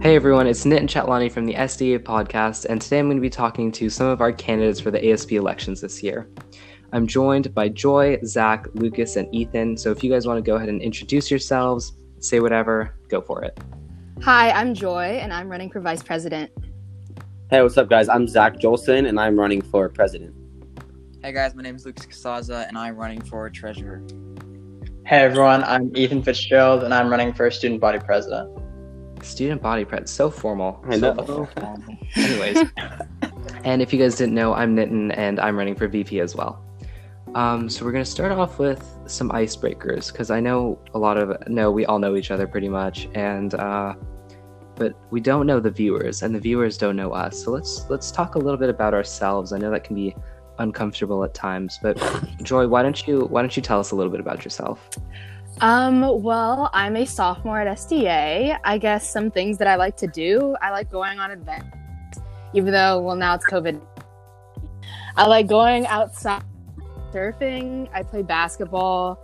Hey everyone, it's Nitin Chatlani from the SDA podcast, and today I'm going to be talking to some of our candidates for the ASP elections this year. I'm joined by Joy, Zach, Lucas, and Ethan, so if you guys want to go ahead and introduce yourselves, say whatever, go for it. Hi, I'm Joy, and I'm running for vice president. Hey, what's up, guys? I'm Zach Jolson, and I'm running for president. Hey guys, my name is Lucas Casaza, and I'm running for treasurer. Hey everyone, I'm Ethan Fitzgerald and I'm running for student body president. Student body prep, so formal. I so know. formal. Anyways, and if you guys didn't know, I'm Nitin and I'm running for VP as well. Um, so we're gonna start off with some icebreakers because I know a lot of no, we all know each other pretty much, and uh, but we don't know the viewers, and the viewers don't know us. So let's let's talk a little bit about ourselves. I know that can be uncomfortable at times, but Joy, why don't you why don't you tell us a little bit about yourself? Um, well, I'm a sophomore at SDA. I guess some things that I like to do, I like going on events, even though, well, now it's COVID. I like going outside, surfing, I play basketball,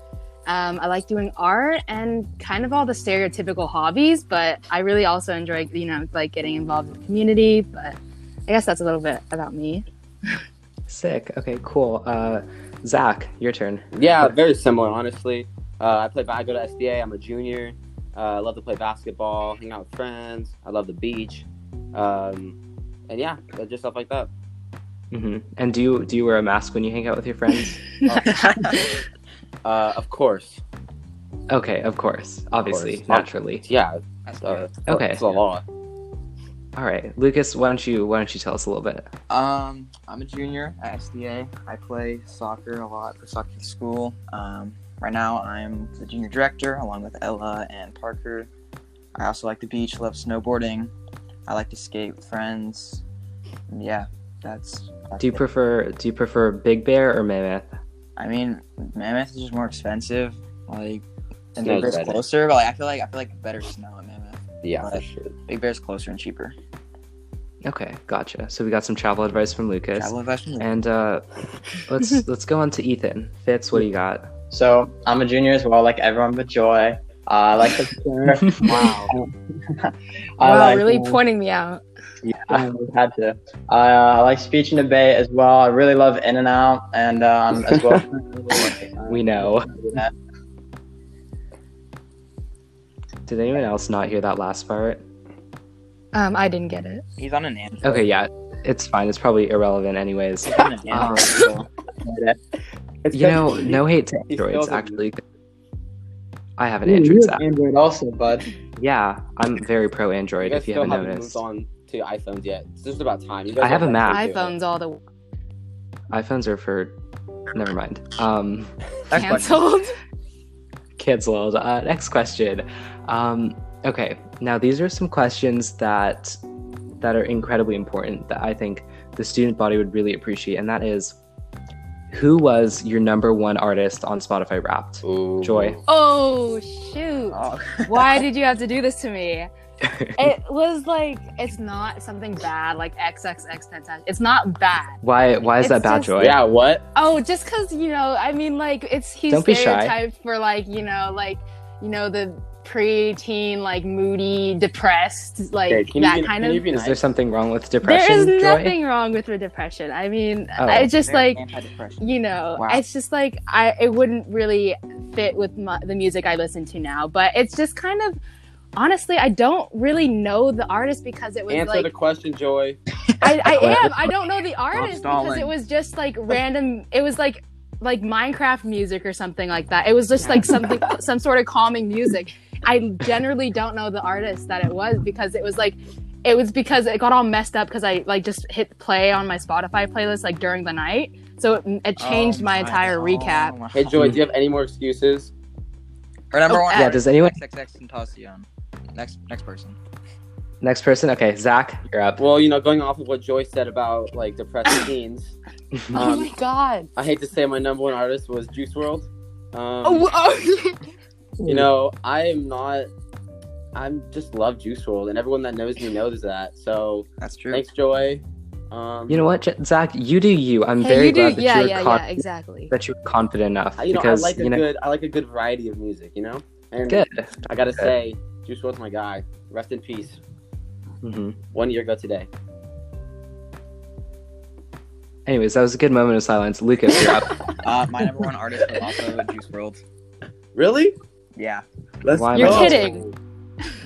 um, I like doing art and kind of all the stereotypical hobbies, but I really also enjoy, you know, like getting involved in the community. But I guess that's a little bit about me. Sick. Okay, cool. Uh, Zach, your turn. Yeah, very similar, honestly. Uh, I play. ba- I go to SDA. I'm a junior. Uh, I love to play basketball, hang out with friends. I love the beach, um, and yeah, uh, just stuff like that. hmm And do you do you wear a mask when you hang out with your friends? Uh, of course, okay, of course, obviously, course. naturally. yeah. That's Uh, good. Okay. it's a law. All right, Lucas, why don't you why don't you tell us a little bit? Um, I'm a junior at SDA. I play soccer a lot for soccer school. Um, right now, I'm the junior director along with Ella and Parker. I also like the beach, love snowboarding. I like to skate with friends. And yeah, that's. that's Do you it. prefer do you prefer Big Bear or Mammoth? I mean, Mammoth is just more expensive. Like, and Snow's Big Bear's better. closer, but like, I feel like I feel like better snow at Mammoth. Yeah, for Right. sure. Big Bear's closer and cheaper. Okay, gotcha. So we got some travel advice from Lucas, Travel investment. and uh, let's let's go on to Ethan. Fitz, what do you got? So I'm a junior as well, like everyone but Joy. Uh, I like to surf. Wow. I wow, like, really uh, pointing me out. I had to. Uh, I like speech and debate as well. I really love In and Out, and um, as well. We know. Did anyone else not hear that last part? Um, I didn't get it. He's on an Android. Okay, yeah, it's fine. It's probably irrelevant anyways. He's on an Android. so- It's You kinda- know, no hate to He still androids doesn't- actually. I have an Ooh, Android. you're Zach. Android also, bud. Yeah, I'm very pro You Android. guys If you still haven't haven't noticed, moved on to iPhones yet. It's just about time. You guys I have are a about to do it. iPhones all the way iPhones are for. Never mind. Um, Next question. canceled. canceled. Uh, next question. Um, okay, now these are some questions that that are incredibly important that I think the student body would really appreciate, and that is, who was your number one artist on Spotify Wrapped? Ooh. Joy. oh shoot! Oh. Why did you have to do this to me? It was like it's not something bad, like XXX It's not bad. Why? Why is It's that bad, just- Joy? Yeah. What? Oh, just because you know, I mean, like it's he's Don't be shy. stereotyped for like you know, like you know the pre-teen, like moody, depressed, like Okay, can you that be- kind can of. you be Is there nice? something wrong with There depression, is Joy? nothing wrong with the depression. I mean, Oh. I just Very like antidepressant. you know Wow. it's just like i it wouldn't really fit with my, the music i listen to now but it's just kind of honestly i don't really know the artist because it was Answer the like question, Joy. I, I am i don't know the artist because stalling. it was just like random it was like like minecraft music or something like that it was just like something some sort of calming music i generally don't know the artist that it was because it was like it was because it got all messed up because i like just hit play on my spotify playlist like during the night so it, it changed Oh my entire oh, recap Um, wow. Hey, Joy. Do you have any more excuses? Her number Oh, one. Yeah. Does anyone? XXX Tentacion. Next, next person. Next person. Okay, Zach, you're up. Well, you know, going off of what Joy said about like depressed teens, oh Um, my god. I hate to say my number one artist was Juice World. Um, Oh, oh, You know, I am not. I'm just love Juice World, and everyone that knows me knows that. So That's true. thanks, Joy. Um, You know what, J- Zach? You do you. I'm Hey, very you do- glad that yeah, you're yeah, con- yeah, exactly. that you're confident enough I, you know, because I like a you know good. I like a good variety of music. You know, and good. I gotta Good. say, Juice World's my guy. Rest in peace. hmm one year ago today. Anyways, that was a good moment of silence. Lucas, you're up. Uh, my number one artist was also Juice World. Really? Yeah. Let's Why am You're I- kidding.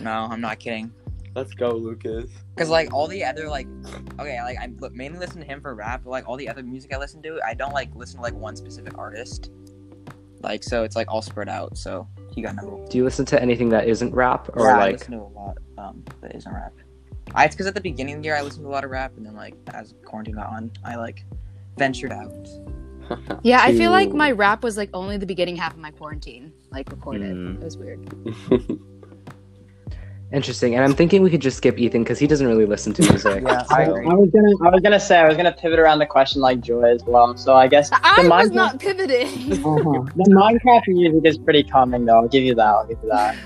No, I'm not kidding. Let's go, Lucas. Cause like all the other like, okay, like I li- mainly listen to him for rap, but like all the other music I listen to, I don't like listen to like one specific artist. Like so, it's like all spread out. So he got number one. Do you listen to anything that isn't rap or yeah, I like? listen to a lot um, that isn't rap. I, it's because at the beginning of the year I listened to a lot of rap, and then like as quarantine got on, I like ventured out. Yeah, I feel like Two. my rap was like only the beginning half of my quarantine, like recorded. Mm. It was weird. Interesting. And I'm thinking we could just skip Ethan because he doesn't really listen to music. Yeah, I, I was gonna, I was gonna say, I was gonna pivot around the question like Joy as well. So I guess the I was Minecraft- not pivoting. Uh-huh. the Minecraft music is pretty common, though. I'll give you that. I'll give you that.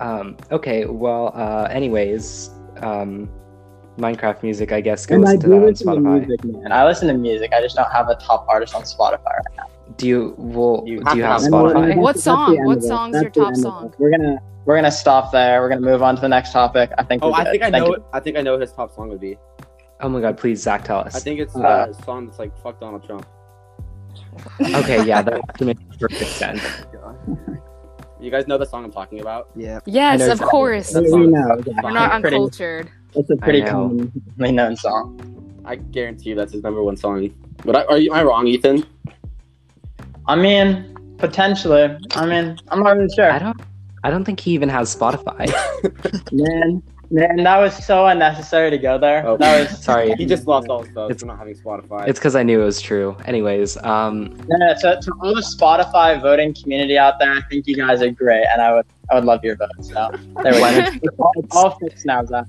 Um, okay. Well. Uh, anyways, um, Minecraft music. I guess go And I listen to do that on listen to Spotify. music, man. I listen to music. I just don't have a top artist on Spotify. Right now. Do you? Well, You do you have have And Spotify? that's- that's- What that's the song? end What of it. song's That's your the top end of song? it. We're gonna, we're gonna stop there. We're gonna move on to the next topic. I think. Oh, we're I good. think I Thank know. you. What, I think I know what his top song would be. Oh my God! Please, Zach, tell us. I think it's uh, Uh, a song that's like "fuck Donald Trump." okay. Yeah, that makes perfect sense. You guys know the song I'm talking about. Yeah. Yes, I know of exactly. course. That's We- we know, yeah. We're not It's pretty- uncultured. It's a I pretty know. commonly known song. I guarantee you that's his number one song. But I, are you? Am I wrong, Ethan? I mean, potentially. I mean, I'm not really sure. I don't. I don't think he even has Spotify. Man, man, that was so unnecessary to go there. Oh. That was Sorry. He just lost all his votes It's- for not having Spotify. It's because I knew it was true. Anyways, um, No, no, to, to all the Spotify voting community out there, I think you guys are great, and I would I would love your vote. So there we Why go. don't- It's all, it's all fixed now, Zach.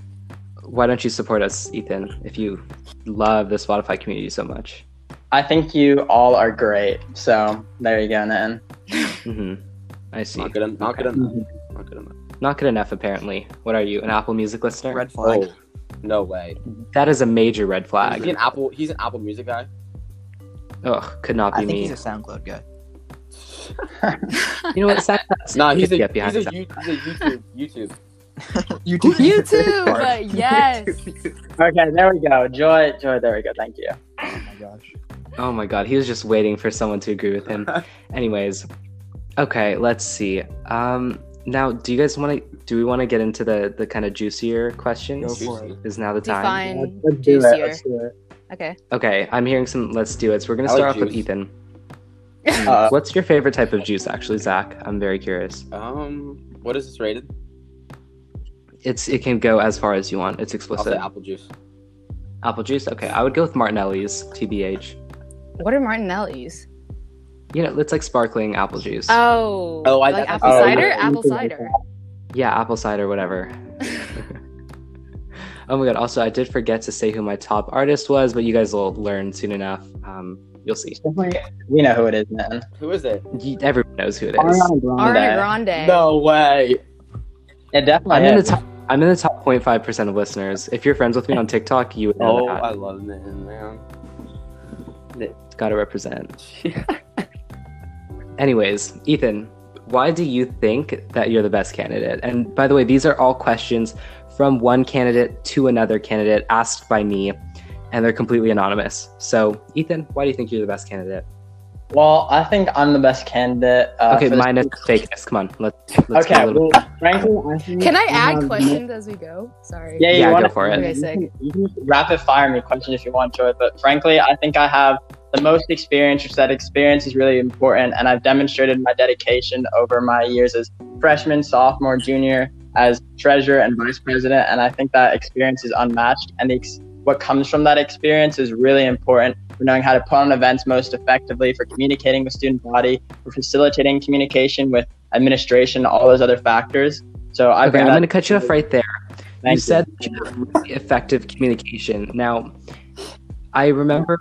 why don't you support us, Ethan, if you love the Spotify community so much? I think you all are great. So there you go, Nathan. hmm I see. not good. en- Not good Okay. enough. Not good enough. Not good enough, apparently. What are you, an Apple Music listener? Red flag. Oh, no way. That is a major red Is he flag. an Apple? He's an Apple Music guy. Ugh, could not I be think me. he's a SoundCloud guy. You know what? Zach, that's No, he's a, get he's behind a, Zach. you, he's a YouTube YouTube. You You too. but yes. Okay, there we go. Joy, joy. There we go. Thank you. Oh my gosh. Oh my god, he was just waiting for someone to agree with him. Anyways, okay, let's see. Um, now, do you guys want to? Do we want to get into the the kind of juicier questions? Go for Juicy. Is now the time? Let's, Define let's do it. juicier. Let's do it. Okay. Okay, I'm hearing some. Let's do it. So we're gonna I like start off with juice. Ethan. Uh, What's your favorite type of juice, actually, Zach? I'm very curious. Um, what is this rated? It's it can go as far as you want. It's I'll explicit. say Apple. apple juice. juice. Okay, I would go with Martinelli's, tbh. What are Martinelli's? You know, it's like sparkling apple juice. Oh. Oh, I- like I- apple oh, cider. yeah. Apple cider. yeah, apple cider, whatever. oh my god! Also, I did forget to say who my top artist was, but you guys will learn soon enough. Um, you'll see. definitely- we know who it is, man. Who is it? Ye- Everyone knows who it is. Oh, Ariana Grande. Ariana Grande. No way. It definitely I'm in the is. top. I'm in the top 0.5 percent of listeners. If you're friends with me on TikTok, you would know Oh, that. I love Nathan, man. Gotta represent. Anyways, Ethan, why do you think that you're the best candidate? And by the way, these are all questions from one candidate to another candidate asked by me, and they're completely anonymous. So, Ethan, why do you think you're the best candidate? Well, I think I'm the best candidate. Uh, okay, for this- minus fakeness. Come on, let's. let's okay. get a little- Well, frankly, I think Can I I'm add the- questions as we go? Sorry. Um, Yeah, you Yeah, go wanna- for it. Okay, sick. You can, you can rapid fire me questions if you want to it, but frankly, I think I have the most experience, which that experience is really important, and I've demonstrated my dedication over my years as freshman, sophomore, junior, as treasurer and vice president, and I think that experience is unmatched, and the ex- what comes from that experience is really important for knowing how to put on events most effectively, for communicating with student body, for facilitating communication with administration, all those other factors. So I Okay, bring I'm that- going to cut you off right there. Thank you said that you have really effective communication. Now, I remember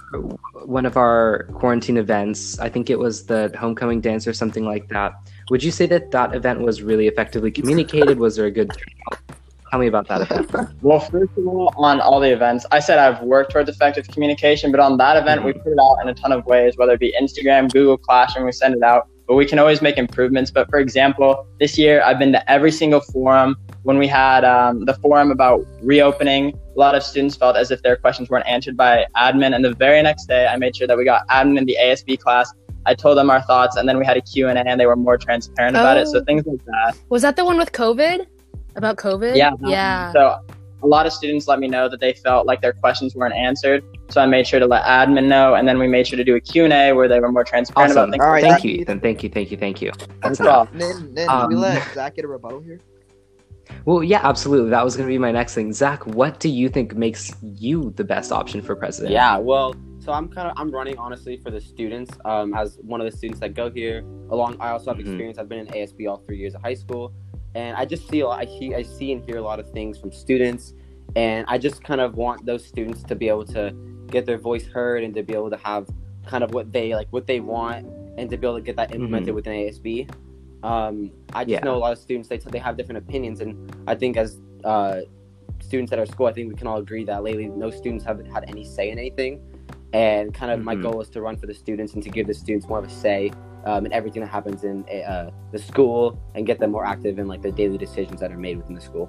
one of our quarantine events. I think it was the homecoming dance or something like that. Would you say that that event was really effectively communicated? was there a good turnout? Tell me about that event. Well, first of all, on all the events, I said I've worked towards effective communication, but on that event, we put it out in a ton of ways, whether it be Instagram, Google Classroom, we send it out. but we can always make improvements. But for example, this year I've been to every single forum. When we had um, the forum about reopening, a lot of students felt as if their questions weren't answered by admin. And the very next day, I made sure that we got admin in the ASB class. I told them our thoughts, and then we had a Q and A, and they were more transparent about it. So Oh. things like that. Was that the one with COVID? About COVID? Yeah, that one. Yeah. So a lot of students let me know that they felt like their questions weren't answered. So I made sure to let admin know, and then we made sure to do a Q&A where they were more transparent Awesome. about things. All All right, right, thank that- you, Ethan. Thank you, thank you, thank you. That's No enough. problem. Nin, Nin, Um, we let Zach get a rebuttal here. Well, yeah, absolutely. That was going to be my next thing. Zach, what do you think makes you the best option for president? Yeah, well, so I'm kind of I'm running honestly for the students um, as one of the students that go here. Along, I also have Mhm. experience. I've been in ASB all three years of high school, and I just see a lot- I he, I see and hear a lot of things from students, and I just kind of want those students to be able to get their voice heard and to be able to have kind of what they like, what they want, and to be able to get that implemented within ASB. Um, I just Mm-hmm. Yeah. know a lot of students they they have different opinions, and I think as uh, students at our school, I think we can all agree that lately no students have had any say in anything. And kind of my Mhm. goal is to run for the students and to give the students more of a say um, in everything that happens in uh, the school and get them more active in like the daily decisions that are made within the school.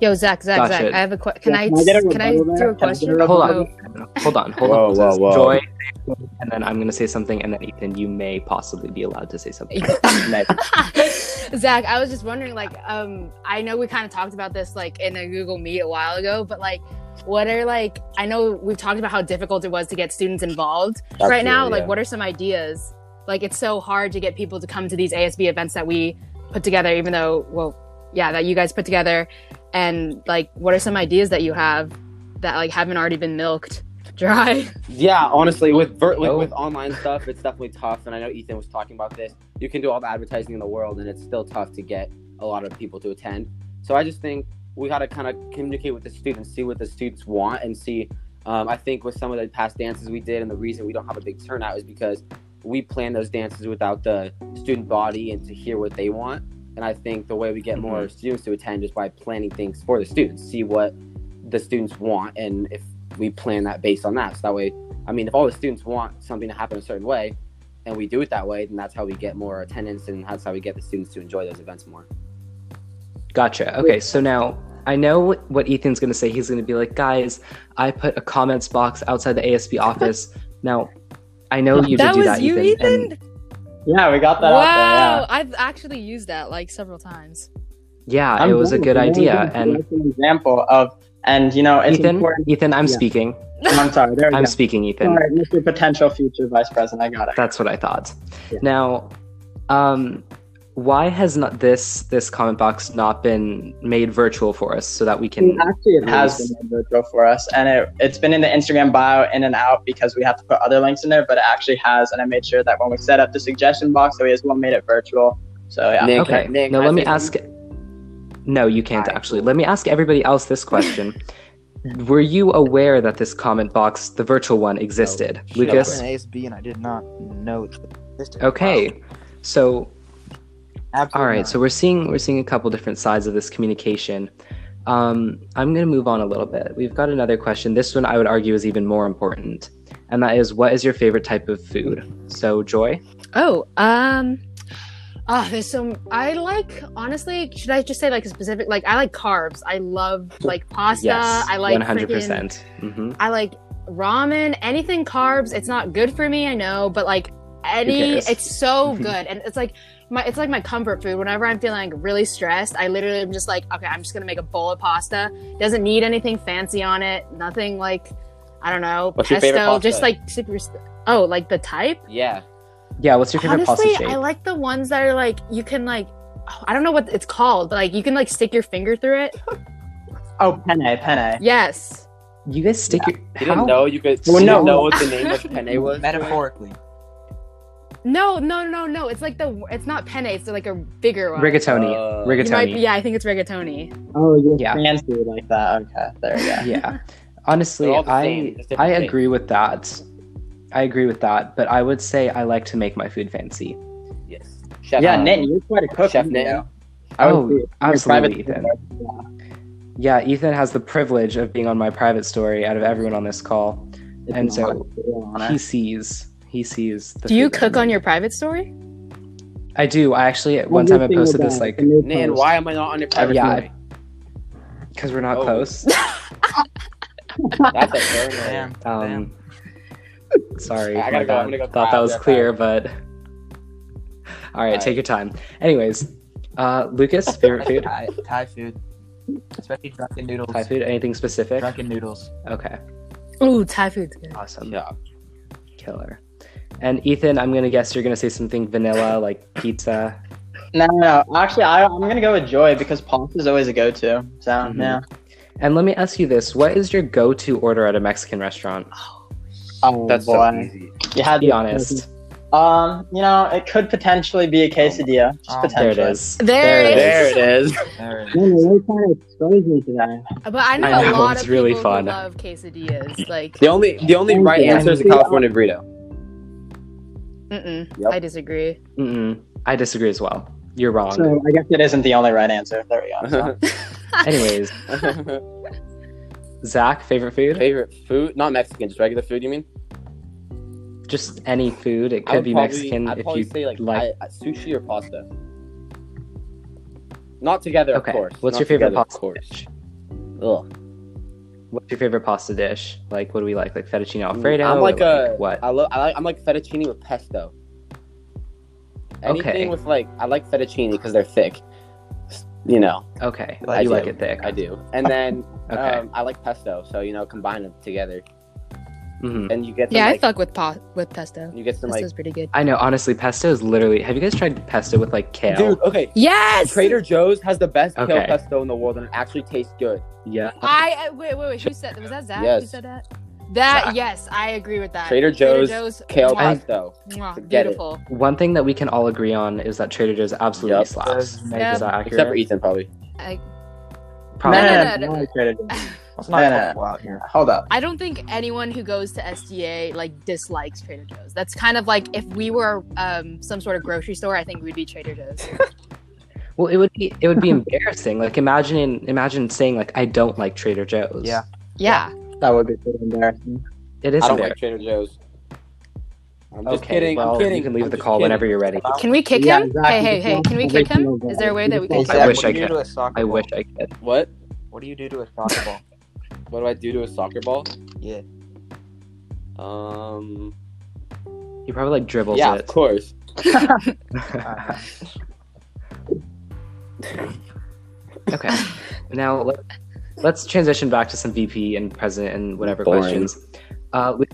Yo, Zach, Zach, Gotcha. Zach. I have a question. Can Yeah, I can I get a can I rebuttal do there? a Can I get a question? Hold Oh, on. Hold on. Hold Whoa, on. whoa, whoa. Joy, and then I'm going to say something, and then Ethan, you may possibly be allowed to say something. Zach, I was just wondering, like, um, I know we kind of talked about this like in a Google Meet a while ago, but like, what are like? I know we've talked about how difficult it was to get students involved right now. Like, what are some ideas? Like, it's so hard to get people to come to these ASB events that we put together, even though, well, yeah, that you guys put together. And like, what are some ideas that you have that like haven't already been milked dry? Yeah, honestly, with ver- with, Oh. with online stuff, it's definitely tough. And I know Ethan was talking about this. You can do all the advertising in the world, and it's still tough to get a lot of people to attend. So I just think we got to kind of communicate with the students, see what the students want, and see. Um, I think with some of the past dances we did, and the reason we don't have a big turnout is because we plan those dances without the student body and to hear what they want. And I think the way we get more Mm-hmm. students to attend is by planning things for the students, see what the students want, and if we plan that based on that. So that way I mean, if all the students want something to happen a certain way, and we do it that way, then that's how we get more attendance, and that's how we get the students to enjoy those events more. Gotcha. Okay, so now I know what Ethan's going to say. He's going to be like, guys, I put a comments box outside the ASB office. now, I know you did that do was that, you, Ethan. and- Yeah, we got that wow, out I've actually used that like several times. yeah, there. Yeah. it was a good idea. And That's an example of, and you know, it's Ethan, important. Ethan, I'm Yeah. speaking. I'm sorry. There we I'm go. speaking, Ethan. Sorry, Mr. Potential Future Vice President. I got it. That's what I thought. Yeah. Now, um, why has not this this comment box not been made virtual for us so that we Mm, can? Actually, it has been made virtual for us, and it, it's been in the Instagram bio in and out because we have to put other links in there. But it actually has, and I made sure that when we set up the suggestion box, that we as well made it virtual. So yeah, Nick, Okay. Nick, Now can I let me say something? ask. No, you can't Alright, actually. Let me ask everybody else this question. Were you aware that this comment box, the virtual one, existed, Oh, I Lucas? put an ASB and I did not know that this did- Okay. So Absolutely all right, not. so we're seeing we're seeing a couple different sides of this communication. Um, I'm going to move on a little bit. We've got another question. This one I would argue is even more important, and that is, what is your favorite type of food? So, Joy, Oh, um, ah, there's some. I like honestly. Should I just say like a specific? Like I like carbs. I love like pasta. yes, I like 100. freaking- percent hmm I like ramen. Anything carbs. It's not good for me. I know, but like any, cares? it's so good, and it's like my it's like my comfort food. Whenever I'm feeling like really stressed, I literally am just like, okay, I'm just gonna make a bowl of pasta. Doesn't need anything fancy on it. Nothing like, I don't know, What's your pesto. favorite Just pasta? like super. Oh, like the type. Yeah, Yeah, what's your favorite Honestly, pasta shape? I like the ones that are like you can like oh, I don't know what it's called, but like you can like stick your finger through it. Oh, penne, penne. Yes. you guys stick you your didn't how? know you could. Well, you no. didn't know what the name of penne was. metaphorically. No, no, no, no. It's like the it's not penne. It's like a bigger one. rigatoni. You Uh, might- rigatoni. yeah, I think it's rigatoni. Oh, you're Yeah. fancy like that. Okay, there we go. yeah. Honestly, They're all the I same, just different I things. agree with that. I agree with that, but I would say I like to make my food fancy. Yes. Chef, yeah, Um, Nitin, you're quite a cook. Chef you know. Nitin. I would Oh, be- you're a absolutely, private- Yeah, Ethan has the privilege of being on my private story out of everyone on this call. It's And an so honor, it's an honor. He sees. He sees. The Do you food that I cook on make. your private story? I do. I actually one time I posted this like Nan, why am I not on your private Yeah, story? because we're not Oh. close. That's a fair Damn. Um, sorry, my I gotta go. I'm bad. gonna go thought cry. that was I'm gonna clear, but all right, Alright. take your time. Anyways, uh, Lucas, favorite food? Thai, Thai food, especially drunken noodles. Thai food? Anything specific? Drunken noodles. Okay, Ooh, Thai food's good. awesome, Yeah. killer. And Ethan, I'm gonna guess you're gonna say something vanilla like pizza. No, no, no. Actually, I, I'm gonna go with Joy because pasta is always a go-to. So Mhm. yeah. And let me ask you this: What is your go-to order at a Mexican restaurant? Oh That's boy. so easy. You had Be honest. Um, you know, it could potentially be a quesadilla. Just Oh, There it potentially. is. There it There it is. There it is. Man, you're really trying to expose me today. But I know, I a know, lot it's of really people fun. who love quesadillas. Like, The only the only Thank right you. answer is a California burrito. mm-mm, Yep. I disagree. Mm-mm. I disagree as well. You're wrong. So I guess it isn't the only right answer. There we go. Anyways, Zach, favorite food? Favorite food? Not Mexican, just regular food. You mean? Just any food. It I would could be probably- Mexican I'd if probably you say like, like- I- I- sushi or pasta. Not together, Okay. of course. What's Not your favorite together, of pasta course. dish? Ugh. What's your favorite pasta dish? Like, what do we like? Like fettuccine alfredo? I'm or, like a. what? I love. I like, I'm like fettuccine with pesto. Anything Okay. with like, I like fettuccine because they're thick. You know, Okay, I you do. like it thick. I do. And then Okay. um, I like pesto, so you know, combine them together, Mhm. and you get some, Yeah, I like, fuck with pa- with pesto. you get some like Pesto's pretty good. I know. Honestly, pesto is literally. Have you guys tried pesto with like kale? Dude, okay. Yes. Trader Joe's has the best kale Okay. pesto in the world, and it actually tastes good. Yeah. I uh, wait, wait, wait. Who said was that? Zach? Who Yes. said that? That Zach. yes, I agree with that. Trader Joe's Kale mwah, pesto. mwah, Forget it. beautiful. One thing that we can all agree on is that Trader Joe's absolutely Yep. slaps. Is Yep. that accurate? Except for Ethan, probably. I, Probably. No, no, Man, no, no. I'm excited. Let's not No, talk no. about here. Hold up. I don't think anyone who goes to SDA like dislikes Trader Joe's. That's kind of like if we were um, some sort of grocery store, I think we'd be Trader Joe's. Well, it would be it would be embarrassing. Like imagine imagine saying like I don't like Trader Joe's. Yeah. Yeah. That would be pretty embarrassing. It is I don't embarrassing. like Trader Joe's. I'm just okay. kidding. well, I'm kidding. you can leave I'm the just call kidding. Um, whenever you're ready. Can we kick Yeah, him? exactly. Hey, hey, hey! Can we kick him? Is there a way that we can? I Kick Exactly. Zach, wish what do you could. do to a soccer I ball? wish I could. What? What do you do to a soccer ball? What do I do to a soccer ball? Yeah. Um. He probably like dribbles yeah, of it. course. Uh, okay. Now let, let's transition back to some VP and president and whatever Boring. questions. Uh, with-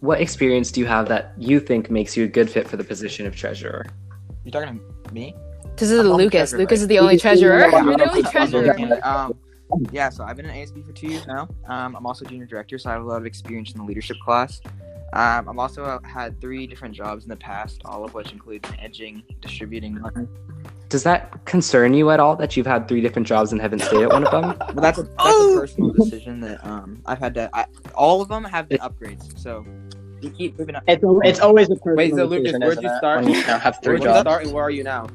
what experience do you have that you think makes you a good fit for the position of treasurer? you talking to me? him? This is I'm on Lucas. treasure, Lucas right? is the only Lucas is the treasurer. only You're the only one. treasurer. Treasurer. Um, yeah, so I've been an ASB for two years now. Um, I'm also junior director, so I have a lot of experience in the leadership class. Um, I've also had three different jobs in the past, all of which include managing, distributing money. Does that concern you at all that you've had three different jobs and haven't stayed at one of them? But that's a, that's a personal decision that um, I've had to. I, all of them have been upgrades, so you keep moving up. It's, al- it's always a personal Wait, so Lucas, decision, where'd isn't you it, start? when you now have three Where'd you jobs. start and where are you now?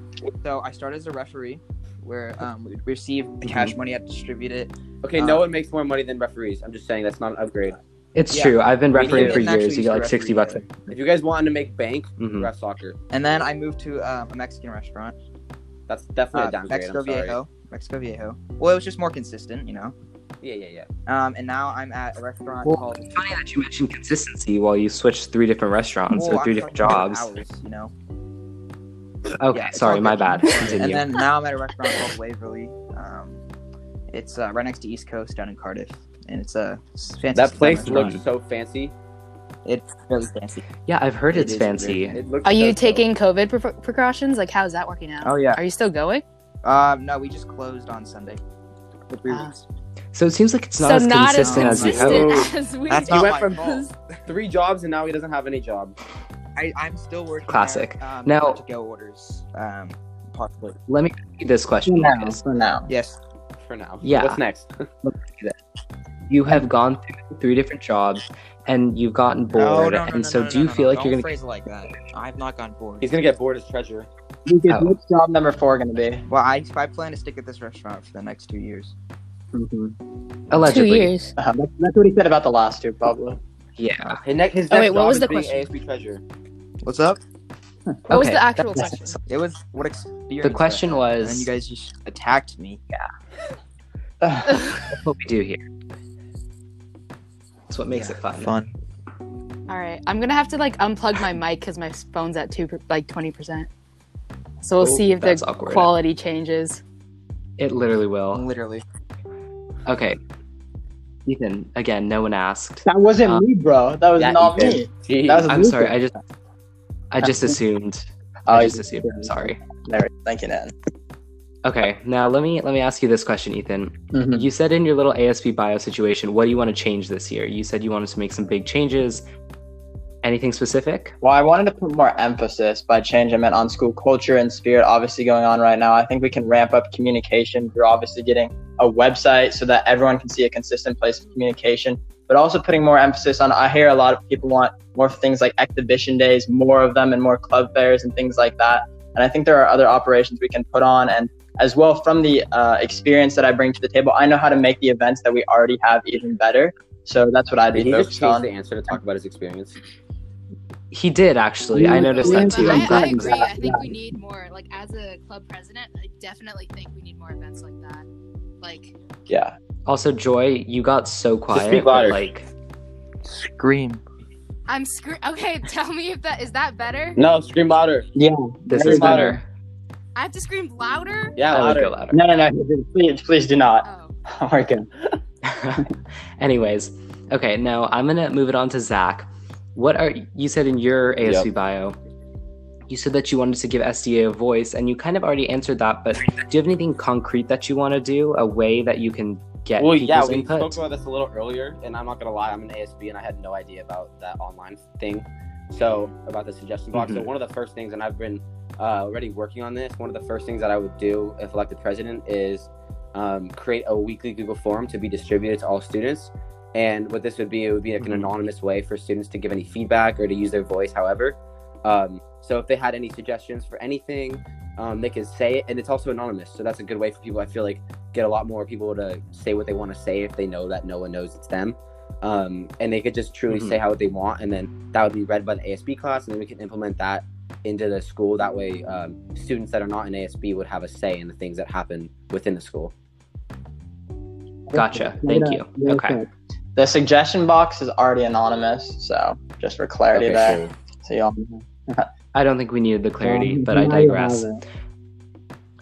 So I started as a referee, where um, we would receive the cash money, I had to distribute it. Okay, Uh, no one makes more money than referees. I'm just saying that's not an upgrade. It's Yeah. true. I've been We refereeing didn't for actually years. You use get the like sixty bucks. referee If you guys wanted to make bank, Mhm. ref soccer. And then I moved to um, a Mexican restaurant, That's definitely uh, a downgrade. Mexico I'm sorry. Viejo. Mexico Viejo. Well, it was just more consistent, you know. Yeah, yeah, yeah. Um, and now I'm at a restaurant Well, called. Funny that you mentioned consistency while you switched three different restaurants Well, or three I'm different talking about jobs. Hours, you know. Okay, Yeah, it's sorry, all my good. bad. Continue. And then now I'm at a restaurant called Waverly. Um, it's uh, right next to East Coast down in Cardiff, and it's a fancy. That place restaurant. looked so fancy. It's really fancy. yeah, I've heard It it's is really- fancy. It looked Are so you dope. taking COVID pre- precautions? Like, how's that working out? Oh yeah. Are you still going? Um, no, we just closed on Sunday. For three Ah. weeks. So it seems like it's not so as not consistent as, as you hope. consistent as we. That's He not went my from- fault. three jobs and now he doesn't have any job? I, I'm still working. Classic. At, um, Now- to go orders. Um, possibly. Let me ask you this question, For now, Lucas. for now. Yes. For now. Yeah. What's next? You have gone through three different jobs and you've gotten bored. and so do you feel like you're gonna Don't phrase it like that? I've not gone bored. He's gonna get bored as treasurer. Lucas, Oh. what's job number four going to be? Well, I, I plan to stick at this restaurant for the next two years. allegedly Two years. Uh, that's, that's what he said about the last two, Pablo. Yeah. His next, his Oh, next wait, what job was is the being question? ASB treasurer. What's up? What was Okay, the actual that's- question? It was what experience? The question And then was, you guys just attacked me. Yeah. Ugh. that's what we do here. That's what makes it fun. Fun. All right, I'm gonna have to like unplug my mic because my phone's at two per- like twenty percent. So we'll Oh, see if the that's awkward. quality changes. It literally will. Literally. Okay. Ethan, again, no one asked. that wasn't me, bro. That was Yeah, not you me. Jeez. That was I'm Luca. sorry. I just, I just assumed. Oh, I just assumed. I'm sorry. Thank you, Ned. Okay. Now let me let me ask you this question, Ethan. Mhm. You said in your little ASP bio situation, what do you want to change this year? You said you wanted to make some big changes. Anything specific? Well, I wanted to put more emphasis by change I meant on school culture and spirit obviously going on right now. I think we can ramp up communication. We're obviously getting a website so that everyone can see a consistent place of communication, but also putting more emphasis on I hear a lot of people want more things like exhibition days, more of them and more club fairs and things like that. And I think there are other operations we can put on and as well from the uh, experience that I bring to the table, I know how to make the events that we already have even better. So that's what I'd Did be he just focused change on. the answer to talk about his experience? He did actually. I noticed Yeah, that but too. I- I'm glad I he was agree. I think we need more. Like as a club president, I definitely think we need more events like that. Like Yeah. Also, Joy, you got so quiet. speak but, louder. Like, Scream. I'm screw. Okay, tell me if that is that better. No, scream louder. Yeah, this Very is louder. better. I have to scream louder. Yeah, I would louder. go louder. No, no, no. Please, please do not. Oh, Oh my god. Anyways, okay. Now I'm gonna move it on to Zach. What are you said in your ASV bio? You said that you wanted to give SDA a voice, and you kind of already answered that. But do you have anything concrete that you want to do? A way that you can get Well, people's yeah, we input? spoke about this a little earlier, and I'm not gonna lie, I'm an ASB, and I had no idea about that online thing. So about the suggestion box. So Mhm. one of the first things, and I've been uh, already working on this. One of the first things that I would do if elected president is um, create a weekly Google form to be distributed to all students. And what this would be, it would be like an Mhm. anonymous way for students to give any feedback or to use their voice. However, um, so if they had any suggestions for anything, um, they can say it, and it's also anonymous. So that's a good way for people. I feel like get a lot more people to say what they want to say if they know that no one knows it's them. Um, and they could just truly Mhm. say how they want, and then that would be read by the ASB class, and then we can implement that into the school. That way, um, students that are not in ASB would have a say in the things that happen within the school. Gotcha. Thank you. Okay. The suggestion box is already anonymous, so just for clarity there. So y'all. know. I don't think we needed the clarity, Um, but I digress.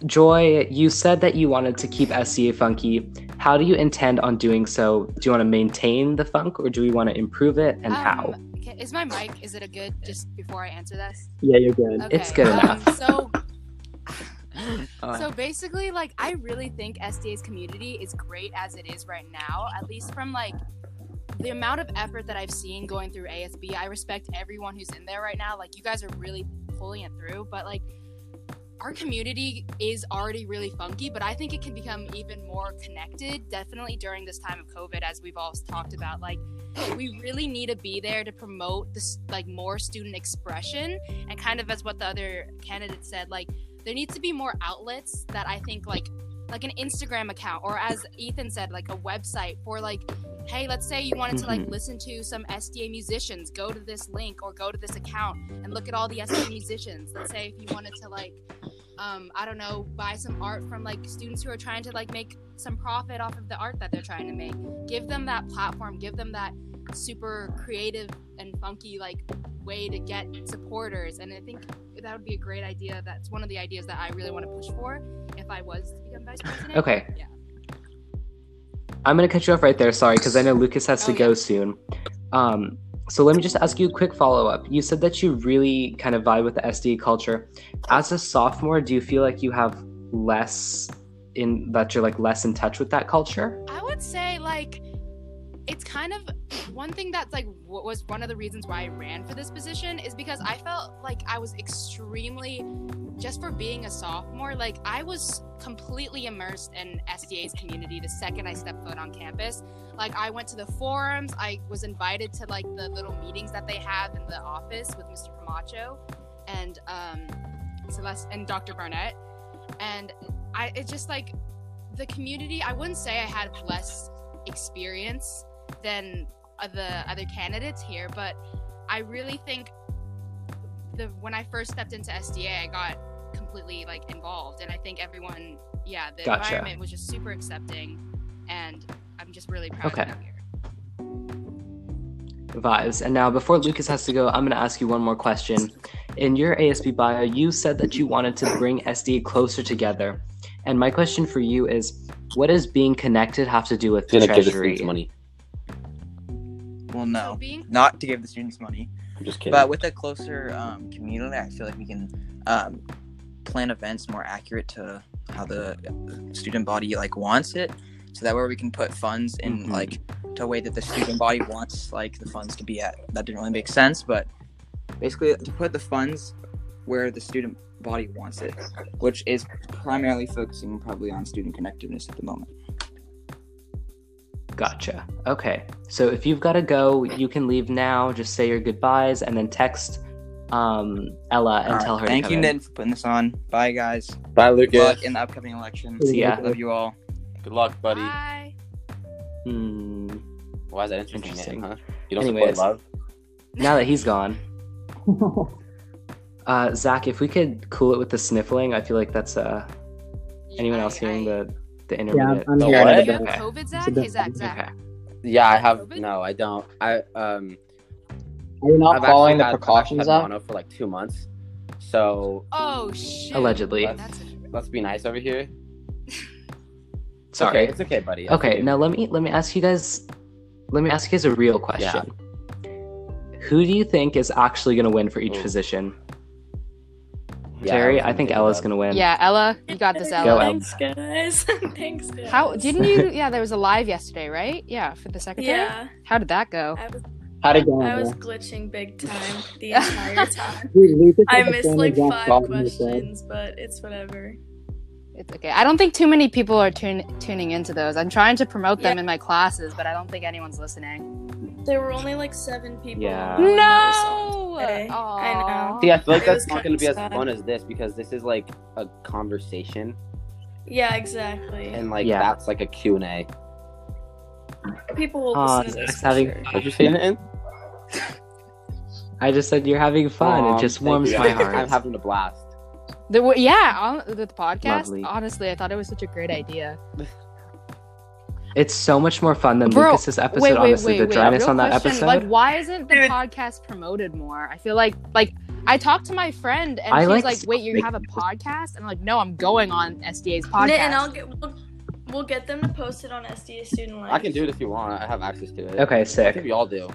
Joy, you said that you wanted to keep SCA funky. How do you intend on doing so? Do you want to maintain the funk or do we want to improve it Oh, and Um, how? um, Okay, is my mic? Is it a good? Just before I answer this, Yeah, you're good. okay. It's good um, enough. Oh. So, Uh, so basically, like I really think SDA's community is great as it is right now. At least from like the amount of effort that I've seen going through ASB, I respect everyone who's in there right now. Like you guys are really pulling it through, but like our community is already really funky, but I think it can become even more connected, definitely during this time of COVID, as we've all talked about. Like, we really need to be there to promote this, like, more student expression, and kind of as what the other candidate said, like, there needs to be more outlets that I think, like, like an Instagram account, or as Ethan said, like a website for like, hey, let's say you wanted to like listen to some SDA musicians, go to this link or go to this account and look at all the SDA musicians. Let's say if you wanted to like um, I don't know, buy some art from like students who are trying to like make some profit off of the art that they're trying to make. Give them that platform, give them that super creative and funky like way to get supporters. And I think that would be a great idea. That's one of the ideas that I really want to push for if I was to become vice president. Okay. Yeah. I'm gonna cut you off right there. Sorry, because I know Lucas has to Oh, yeah. go soon. Um, so let me just ask you a quick follow up. You said that you really kind of vibe with the SD culture. As a sophomore, do you feel like you have less in that you're like less in touch with that culture? I would say like it's kind of one thing that's like what was one of the reasons why I ran for this position is because I felt like I was extremely just for being a sophomore, like I was completely immersed in SDA's community the second I stepped foot on campus. Like I went to the forums, I was invited to like the little meetings that they have in the office with Mr. Camacho and um Celeste and Dr. Barnett. And I it's just like the community i wouldn't say i had less experience than the other candidates here but i really think the when I first stepped into SDA, I got completely like involved, and I think everyone, yeah, the Gotcha. environment was just super accepting, and I'm just really proud Okay. to be here. vibes. And now, before Lucas has to go, I'm going to ask you one more question. In your ASB bio, you said that you wanted to bring SD closer together. And my question for you is, what does being connected have to do with Didn't give the Treasury? students money. Well, So no, being not to give the students money, I'm just kidding. but with a closer um, community, I feel like we can um, plan events more accurate to how the uh, student body like wants it. So that way we can put funds in Mm-hmm. Mhm. like to a way that the student body wants like the funds to be at. That didn't really make sense, but basically to put the funds where the student body wants it, which is primarily focusing probably on student connectedness at the moment. Gotcha. Okay. So if you've got to go, you can leave now. Just say your goodbyes and then text um, Ella and All right, tell her. Thank to come you, in. Ned, for putting this on. Bye, guys. Bye, Good Lucas. luck in the upcoming election. See ya. Love you all. Good luck, buddy. Bye. Hmm. Why is that interesting? Interesting. huh? You don't Anyways. support love. Now that he's gone, uh, Zach, if we could cool it with the sniffling, I feel like that's uh, anyone I- else hearing I- the the intermittent. I'm The hearing what? it a Do you bit. have Okay. COVID, Zach? a Hey, bit- Zach, Zach. okay. Yeah, I have. COVID? No, I don't. I um. Are you not I've following actually the had- I've precautions, had Zach? mono for like two months. So Oh shit. Allegedly. That's a- let's be nice over here. It's Sorry. okay. It's okay, buddy. It's Okay, now let me let me ask you guys let me ask you guys a real question. Who do you think is actually going to win for each Oh. Ooh. position? Yeah, Terry, I was I think thinking Ella's about- going to win. Yeah, Ella, you got this, Go, Ella. Ella. Thanks, guys. Thanks, guys. How didn't you? Yeah, there was a live yesterday, right? Yeah, for the secretary. Yeah, How did that go? I was How'd it go? I was Andrea? glitching big time the entire time. Dude, Lucas I is the missed same like exact five problem you said. questions, but it's whatever. It's okay. I don't think too many people are tun- tuning into those. I'm trying to promote them in my classes, but I don't think anyone's listening. There were only like seven people. Yeah. on the No! Sunday. I Aw. know. See, I feel like It that's was not kinda going to be as sad. fun as this because this is like a conversation, Yeah, exactly. and like Yeah. that's like a Q and A. People will Aw, listen to Zach's this for having- sure. Did you say anything? I just said you're having fun. Um, it just thank warms you. my I'm heart. having a blast. There were, yeah, on the podcast. Lovely. Honestly, I thought it was such a great idea. It's so much more fun than Bro, Lucas's episode. wait, wait, honestly, wait, the wait. dryness Real on that question, episode. Like, why isn't the Dude. podcast promoted more? I feel like, like, I talked to my friend and I she's like like, "Wait, you have a podcast?" And I'm like, "No, I'm going on SDA's podcast." Nick and I'll get we'll, we'll get them to post it on SDA Student Life. I can do it if you want. I have access to it. okay, I think sick. we all do.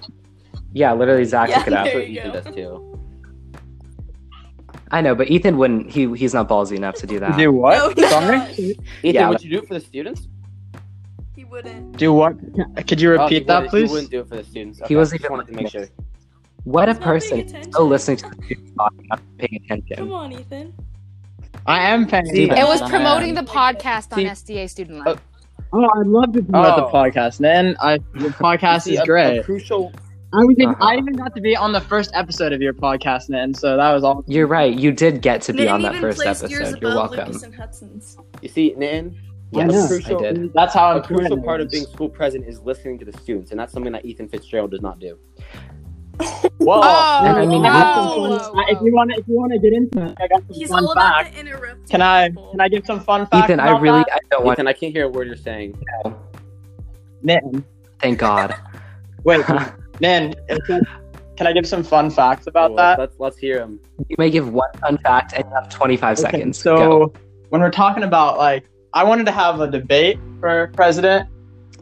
Yeah, literally, Zach Yeah, took it out. There That's what you Ethan go. does too. I know, but Ethan wouldn't. He he's not ballsy enough to do that. Do what? Oh, No, no. Sorry? Ethan, Yeah, would you do it for the students? He wouldn't. Do what? Could you Oh, repeat you that, wouldn't- you please? wouldn't do it for the students. Okay, wasn't I just even wanted to make sure. What a He's not paying person! attention. Oh, listening to the podcast, not paying attention. Come on, Ethan. I am paying See, attention. It was Um, promoting the podcast on See- SDA Student Uh, Life. Oh, I'd love to promote Oh. the podcast, man. I, your podcast See, is a- a great. crucial. I was even, Uh-huh. I even got to be on the first episode of your podcast, man. So that was all. You're right. You did get to be Nitin on that even first placed yours episode. You're above welcome. Lucas and Hudson's. You see, Nan, I know. Yes, I, Crucial- did. That's how I'm a crucial doing part of this. being school president is listening to the students, and that's something that Ethan Fitzgerald does not do. Whoa! Oh, And I mean, I got wow. some fun- Whoa, whoa, I- if you want, to, if you want to get into it, I got some He's fun all about facts. the interrupting. Can I? people. Can I give some fun facts? Ethan, I about really that? I don't want. Ethan, I can't hear a word you're saying. Nitin, Thank God. wait, man. Can I give some fun facts about Well, that? Let's, let's hear him. You may give one fun fact and you have 25 Okay, seconds. So Go. when we're talking about like, I wanted to have a debate for president,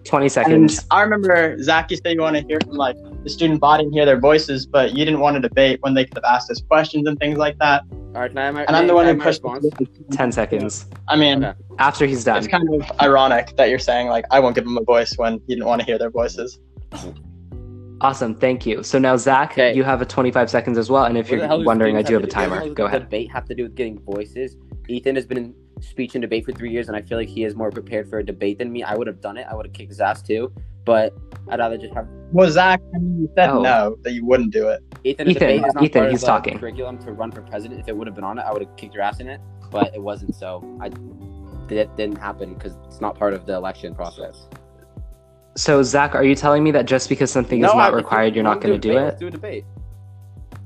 20 and seconds. I remember Zach, you said you want to hear from like the student body and hear their voices, but you didn't want to debate when they could have asked us questions and things like that. All right, can I have my, And I'm the can one I who have my pushed. response? 10 seconds. I mean, Okay. After he's done. it's kind of ironic that you're saying like, I won't give them a voice when you didn't want to hear their voices. Awesome. Thank you. So now, Zach, Okay. you have a 25 seconds as well. And if What the hell you're does wondering, I debate do have a have to what the timer. hell does Go ahead. Debate have to do with getting voices. Ethan has been in speech and debate for three years, and I feel like he is more prepared for a debate than me. I would have done it. I would have kicked his ass too, but I'd rather just have Well, Zach, I mean, you said Oh. no that you wouldn't do it. Ethan. a Ethan, debate is not Ethan, part he's of the talking. Curriculum to run for president. If it would have been on it, I would have kicked your ass in it, but it wasn't. So I that didn't happen because it's not part of the election process. So, Zach, are you telling me that just because something No, is not I- required, you're not going Let's to do a debate. it?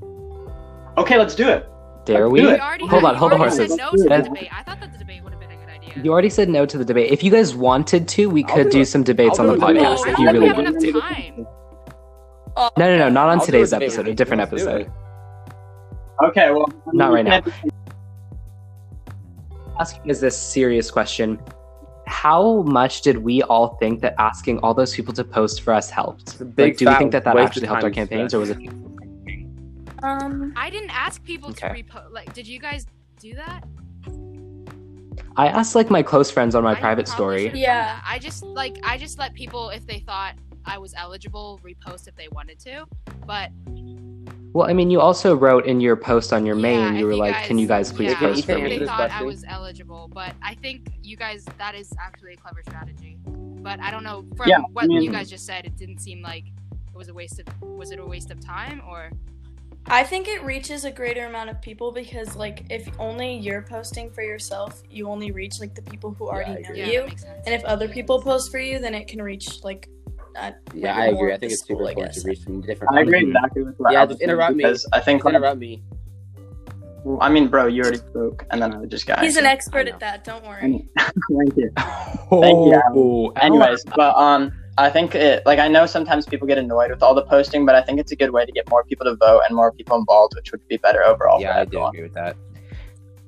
Let's do a debate. Okay, let's do it. Dare Let's we? do We it. already Hold had- on, hold you on, already horses. said no to the That's- debate. I thought that the debate would have been a good idea. You already said no to the debate. If you guys wanted to, we I'll could do do it. some debates I'll on the do it. no, podcast I if you don't think really we have want. enough time. Oh, No, no, no, not on I'll do today's a debate. episode. A different Let's do episode. Okay, well, Not right now. Can I- Asking is this serious question. How much did we all think that asking all those people to post for us helped? a big Like, do we fat think that that waste of actually helped time our and campaigns, or was it? Um, I didn't ask people to Okay. repost. Like, did you guys do that? I asked like my close friends on my I private probably story. should've done Yeah. that. I just like I just let people if they thought I was eligible repost if they wanted to, but Well, I mean, you also wrote in your post on your Yeah, main, if you were you like, guys- "Can you guys please yeah, post Ethan, for if answer me?" they this thought I question. was eligible. But I think you guys that is actually a clever strategy. But I don't know from Yeah, what I mean- you guys just said, it didn't seem like it was a waste of was it a waste of time or I think it reaches a greater amount of people because, like, if only you're posting for yourself, you only reach like the people who already know agree. yeah, you. that makes sense. And if other people post for you, then it can reach like. Not, Yeah, like, I agree. more I think it's people, super I important guess. to reach some different. I agree Mm-hmm. people. exactly with what Yeah, Alex just interrupt said, me. because I think Don't Interrupt me. I mean, bro, you already spoke, and then I just got. He's an I expert know. at that. Don't worry. Thank you. you, Alex. Oh, Anyways, but um, I think it like I know sometimes people get annoyed with all the posting, but I think it's a good way to get more people to vote and more people involved, which would be better overall. Yeah, for I do everyone. agree with that.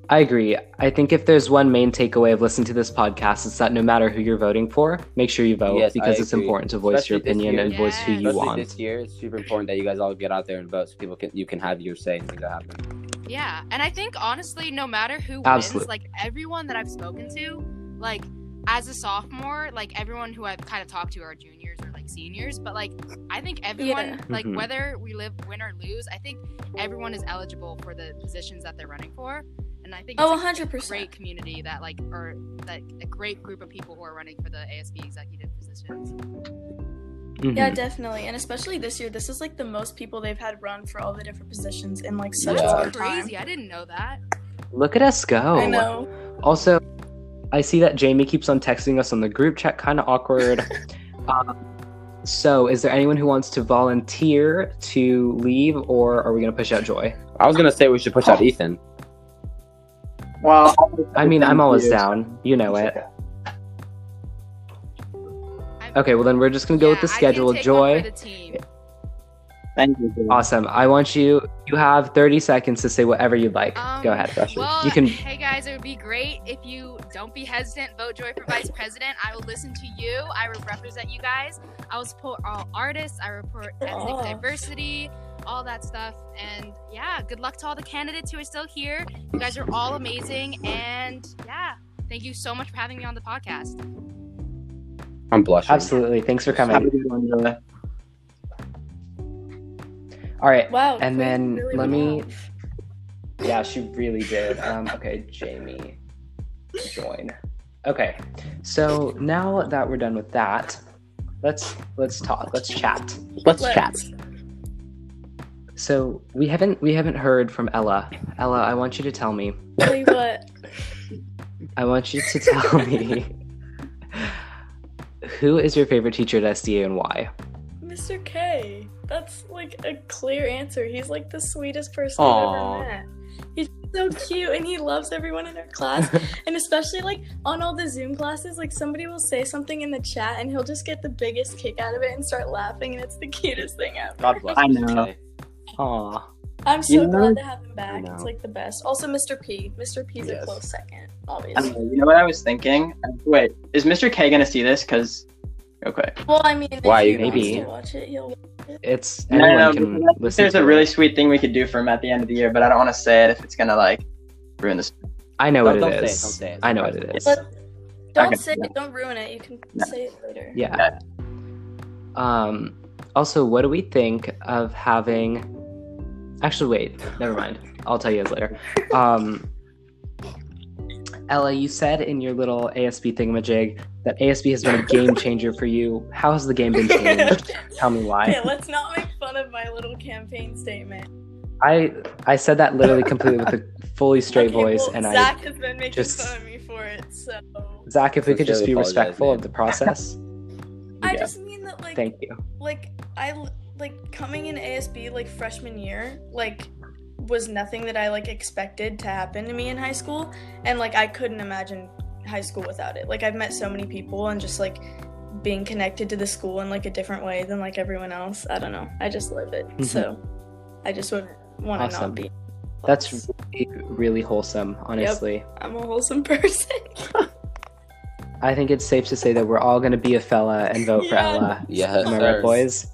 I agree. I think if there's one main takeaway of listening to this podcast, it's that no matter who you're voting for, make sure you vote Yes, I because it's agree. important to voice Especially your this opinion year. and voice who you Yes. Especially want. this year, it's super important that you guys all get out there and vote so people can you can have your say in things that happen. Yeah, and I think honestly, no matter who Absolute. wins, like everyone that I've spoken to, like as a sophomore, like everyone who I've kind of talked to are juniors or like seniors, but like I think everyone, Yeah. like Mhm. whether we live win or lose, I think everyone is eligible for the positions that they're running for, and I think Oh, it's like, 100%. a great community that like or that a great group of people who are running for the ASB executive positions. Mhm. Yeah, definitely. And especially this year, this is like the most people they've had run for all the different positions in like such Yeah. a long That's time. crazy! I didn't know that. Look at us go. I know. Also, I see that Jamie keeps on texting us on the group chat, kind of awkward. um, so, is there anyone who wants to volunteer to leave, or are we going to push out Joy? I was gonna say we should push out Ethan. Well, I mean, I'm always Thank you. down. You know it. I'm- Okay, well, then we're just going to go with the Yeah, I can't schedule. take Joy. one for the team. Thank you. dude. Awesome. I want you. You have 30 seconds to say whatever you'd like. Um, Go ahead. Pressure. Well, You can- hey guys, it would be great if you don't be hesitant. Vote Joy for vice president. I will listen to you. I will represent you guys. I will support all artists. I report ethnic Oh. diversity, all that stuff. And yeah, good luck to all the candidates who are still here. You guys are all amazing. And yeah, thank you so much for having me on the podcast. I'm blushing. Absolutely. Thanks for Have a coming. good one, Joey. All right. Wow. And Queen then really let went me. off. Yeah, she really did. Um, okay, Jamie, join. Okay. So now that we're done with that, let's let's talk. Let's chat. Let's Let's- chat. So we haven't we haven't heard from Ella. Ella, I want you to tell me. Wait, what? I want you to tell me who is your favorite teacher at SDA and why. Mr. K. That's like a clear answer. He's like the sweetest person Aw. I've ever met. He's so cute and he loves everyone in our class. and especially like on all the Zoom classes, like somebody will say something in the chat and he'll just get the biggest kick out of it and start laughing and it's the cutest thing ever. God bless. I Mr. know. K. Aw. I'm so You know- glad to have him I back. know. It's like the best. Also Mr. P. Mr. P's Yes. a close second, I obviously. don't know, you know what I was thinking? Uh, Wait, is Mr. K gonna see this? Cause, okay. Well, I mean, if Why, he maybe. wants to watch it, he'll It's No, anyone um, no, can no, listen. There's to a it. really sweet thing we could do for him at the end of the year, but I don't want to say it if it's gonna like ruin this. I know Don't- what it don't say it, don't is. say it. I know what it is. But don't Okay. say it. Don't ruin it. You can No. say it later. Yeah. Um. Also, what do we think of having? Actually, wait. Never mind. I'll tell you guys later. Um. Ella, you said in your little ASB thingamajig that ASB has been a game changer for you. How has the game been changed? Tell me why. Okay, let's not make fun of my little campaign statement. I I said that literally completely with a fully straight Okay, voice, well, and Zach has been making just- fun of me for it, so I Zach, if we could just Sincerely be apologize, respectful man. of the process, I Yeah. just mean that like thank you. like I l- like coming in ASB like freshman year like was nothing that I like expected to happen to me in high school, and like I couldn't imagine high school without it. Like I've met so many people and just like being connected to the school in like a different way than like everyone else. I don't know. I just live it, so I just wouldn't want to Mm-hmm. Awesome. not be. That's really, really wholesome, honestly. I'm a wholesome person. I think it's safe to say that we're all going to be a fella and vote for Yeah. Ella. Yeah, Am I right, boys?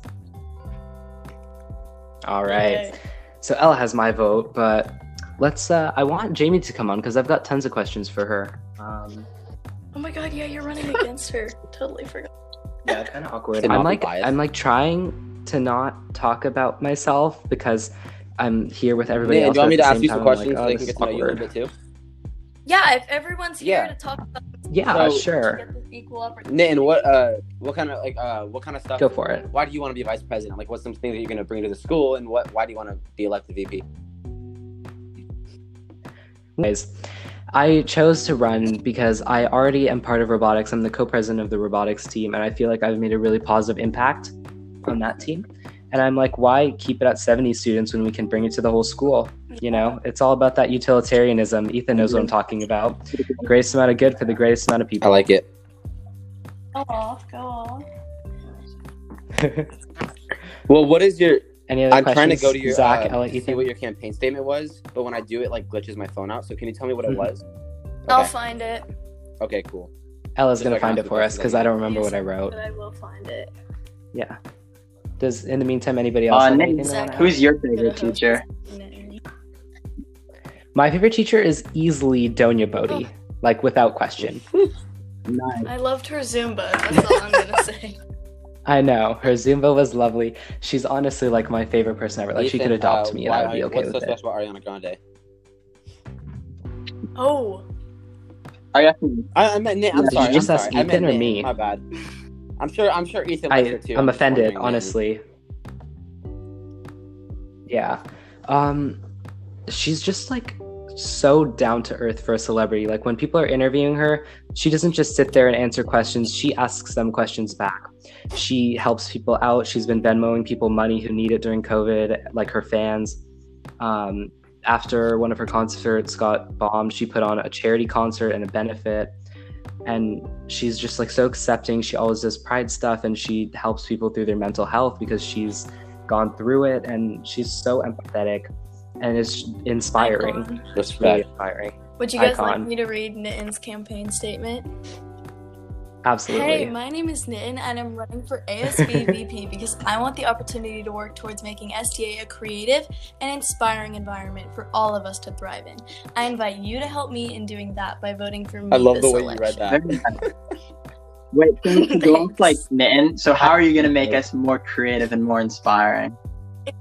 All right. So Ella has my vote, but let's. Uh, I want Jamie to come on because I've got tons of questions for her. Um, Oh my god, yeah, you're running against her. Totally forgot. yeah, kind of awkward. To not I'm be like, biased. I'm like trying to not talk about myself because I'm here with everybody Leah, do else. you want me but to at ask the you same some time, I'm like, questions so oh, they this can get is to know you a awkward. little bit too? Yeah, if everyone's here Yeah. to talk about Yeah, So- sure. get the equal opportunity. Nitin, what uh, what kind of like uh, what kind of stuff? Go for it. Why do you want to be vice president? Like, what's some things that you're going to bring to the school, and what why do you want to be elected VP? Anyways, I chose to run because I already am part of robotics. I'm the co-president of the robotics team, and I feel like I've made a really positive impact on that team. And I'm like, why keep it at 70 students when we can bring it to the whole school? You know, it's all about that utilitarianism. Ethan knows what I'm talking about. Greatest amount of good for the greatest amount of Mm-hmm. I people. like it. Go off, go off. Well, what is your? Any other I'm questions? trying to go to your Zach, uh, Ella, see Ethan. what your campaign statement was, but when I do it, like glitches my phone out. So can you tell me what it Mhm. was? I'll Okay. find it. Okay. Cool. Ella's Just gonna like find ask it the for us questions because that I you- don't remember what I But wrote. I will find it. Yeah. Does in the meantime anybody else? Uh, have Nitin, anything they Zach, wanna add? Who's your favorite Gonna host teacher? it. My favorite teacher is easily Donya Bodhi, like without question. I loved her Zumba. That's all I'm gonna say. I know her Zumba was lovely. She's honestly like my favorite person ever. Like she Ethan, could adopt uh, me and I would why- be okay what's with so it. special about Ariana Grande? Oh, Are you asking? I, I meant Nitin. I'm Did you sorry. just I'm ask sorry. I Ethan meant or Nitin. me? My bad. I'm sure. I'm sure Ethan. likes I, her, too. I'm just wondering, offended, Nitin. honestly. Yeah. Um, she's just like so down to earth for a celebrity. Like when people are interviewing her, she doesn't just sit there and answer questions. She asks them questions back. She helps people out. She's been Venmoing people money who need it during COVID, like her fans. Um, after one of her concerts got bombed, she put on a charity concert and a benefit. And she's just like so accepting. She always does pride stuff and she helps people through their mental health because she's gone through it and she's so empathetic and it's inspiring. Icon. It's really Respect. inspiring. Would you guys Icon. like me to read Nitin's campaign statement? Absolutely. Hey, my name is Nitin, and I'm running for ASB VP because I want the opportunity to work towards making SDA a creative and inspiring environment for all of us to thrive in. I invite you to help me in doing that by voting for me. I love this the way you read election. that. Very nice. Wait, can you go off like Nitin? So how are you gonna make us more creative and more inspiring?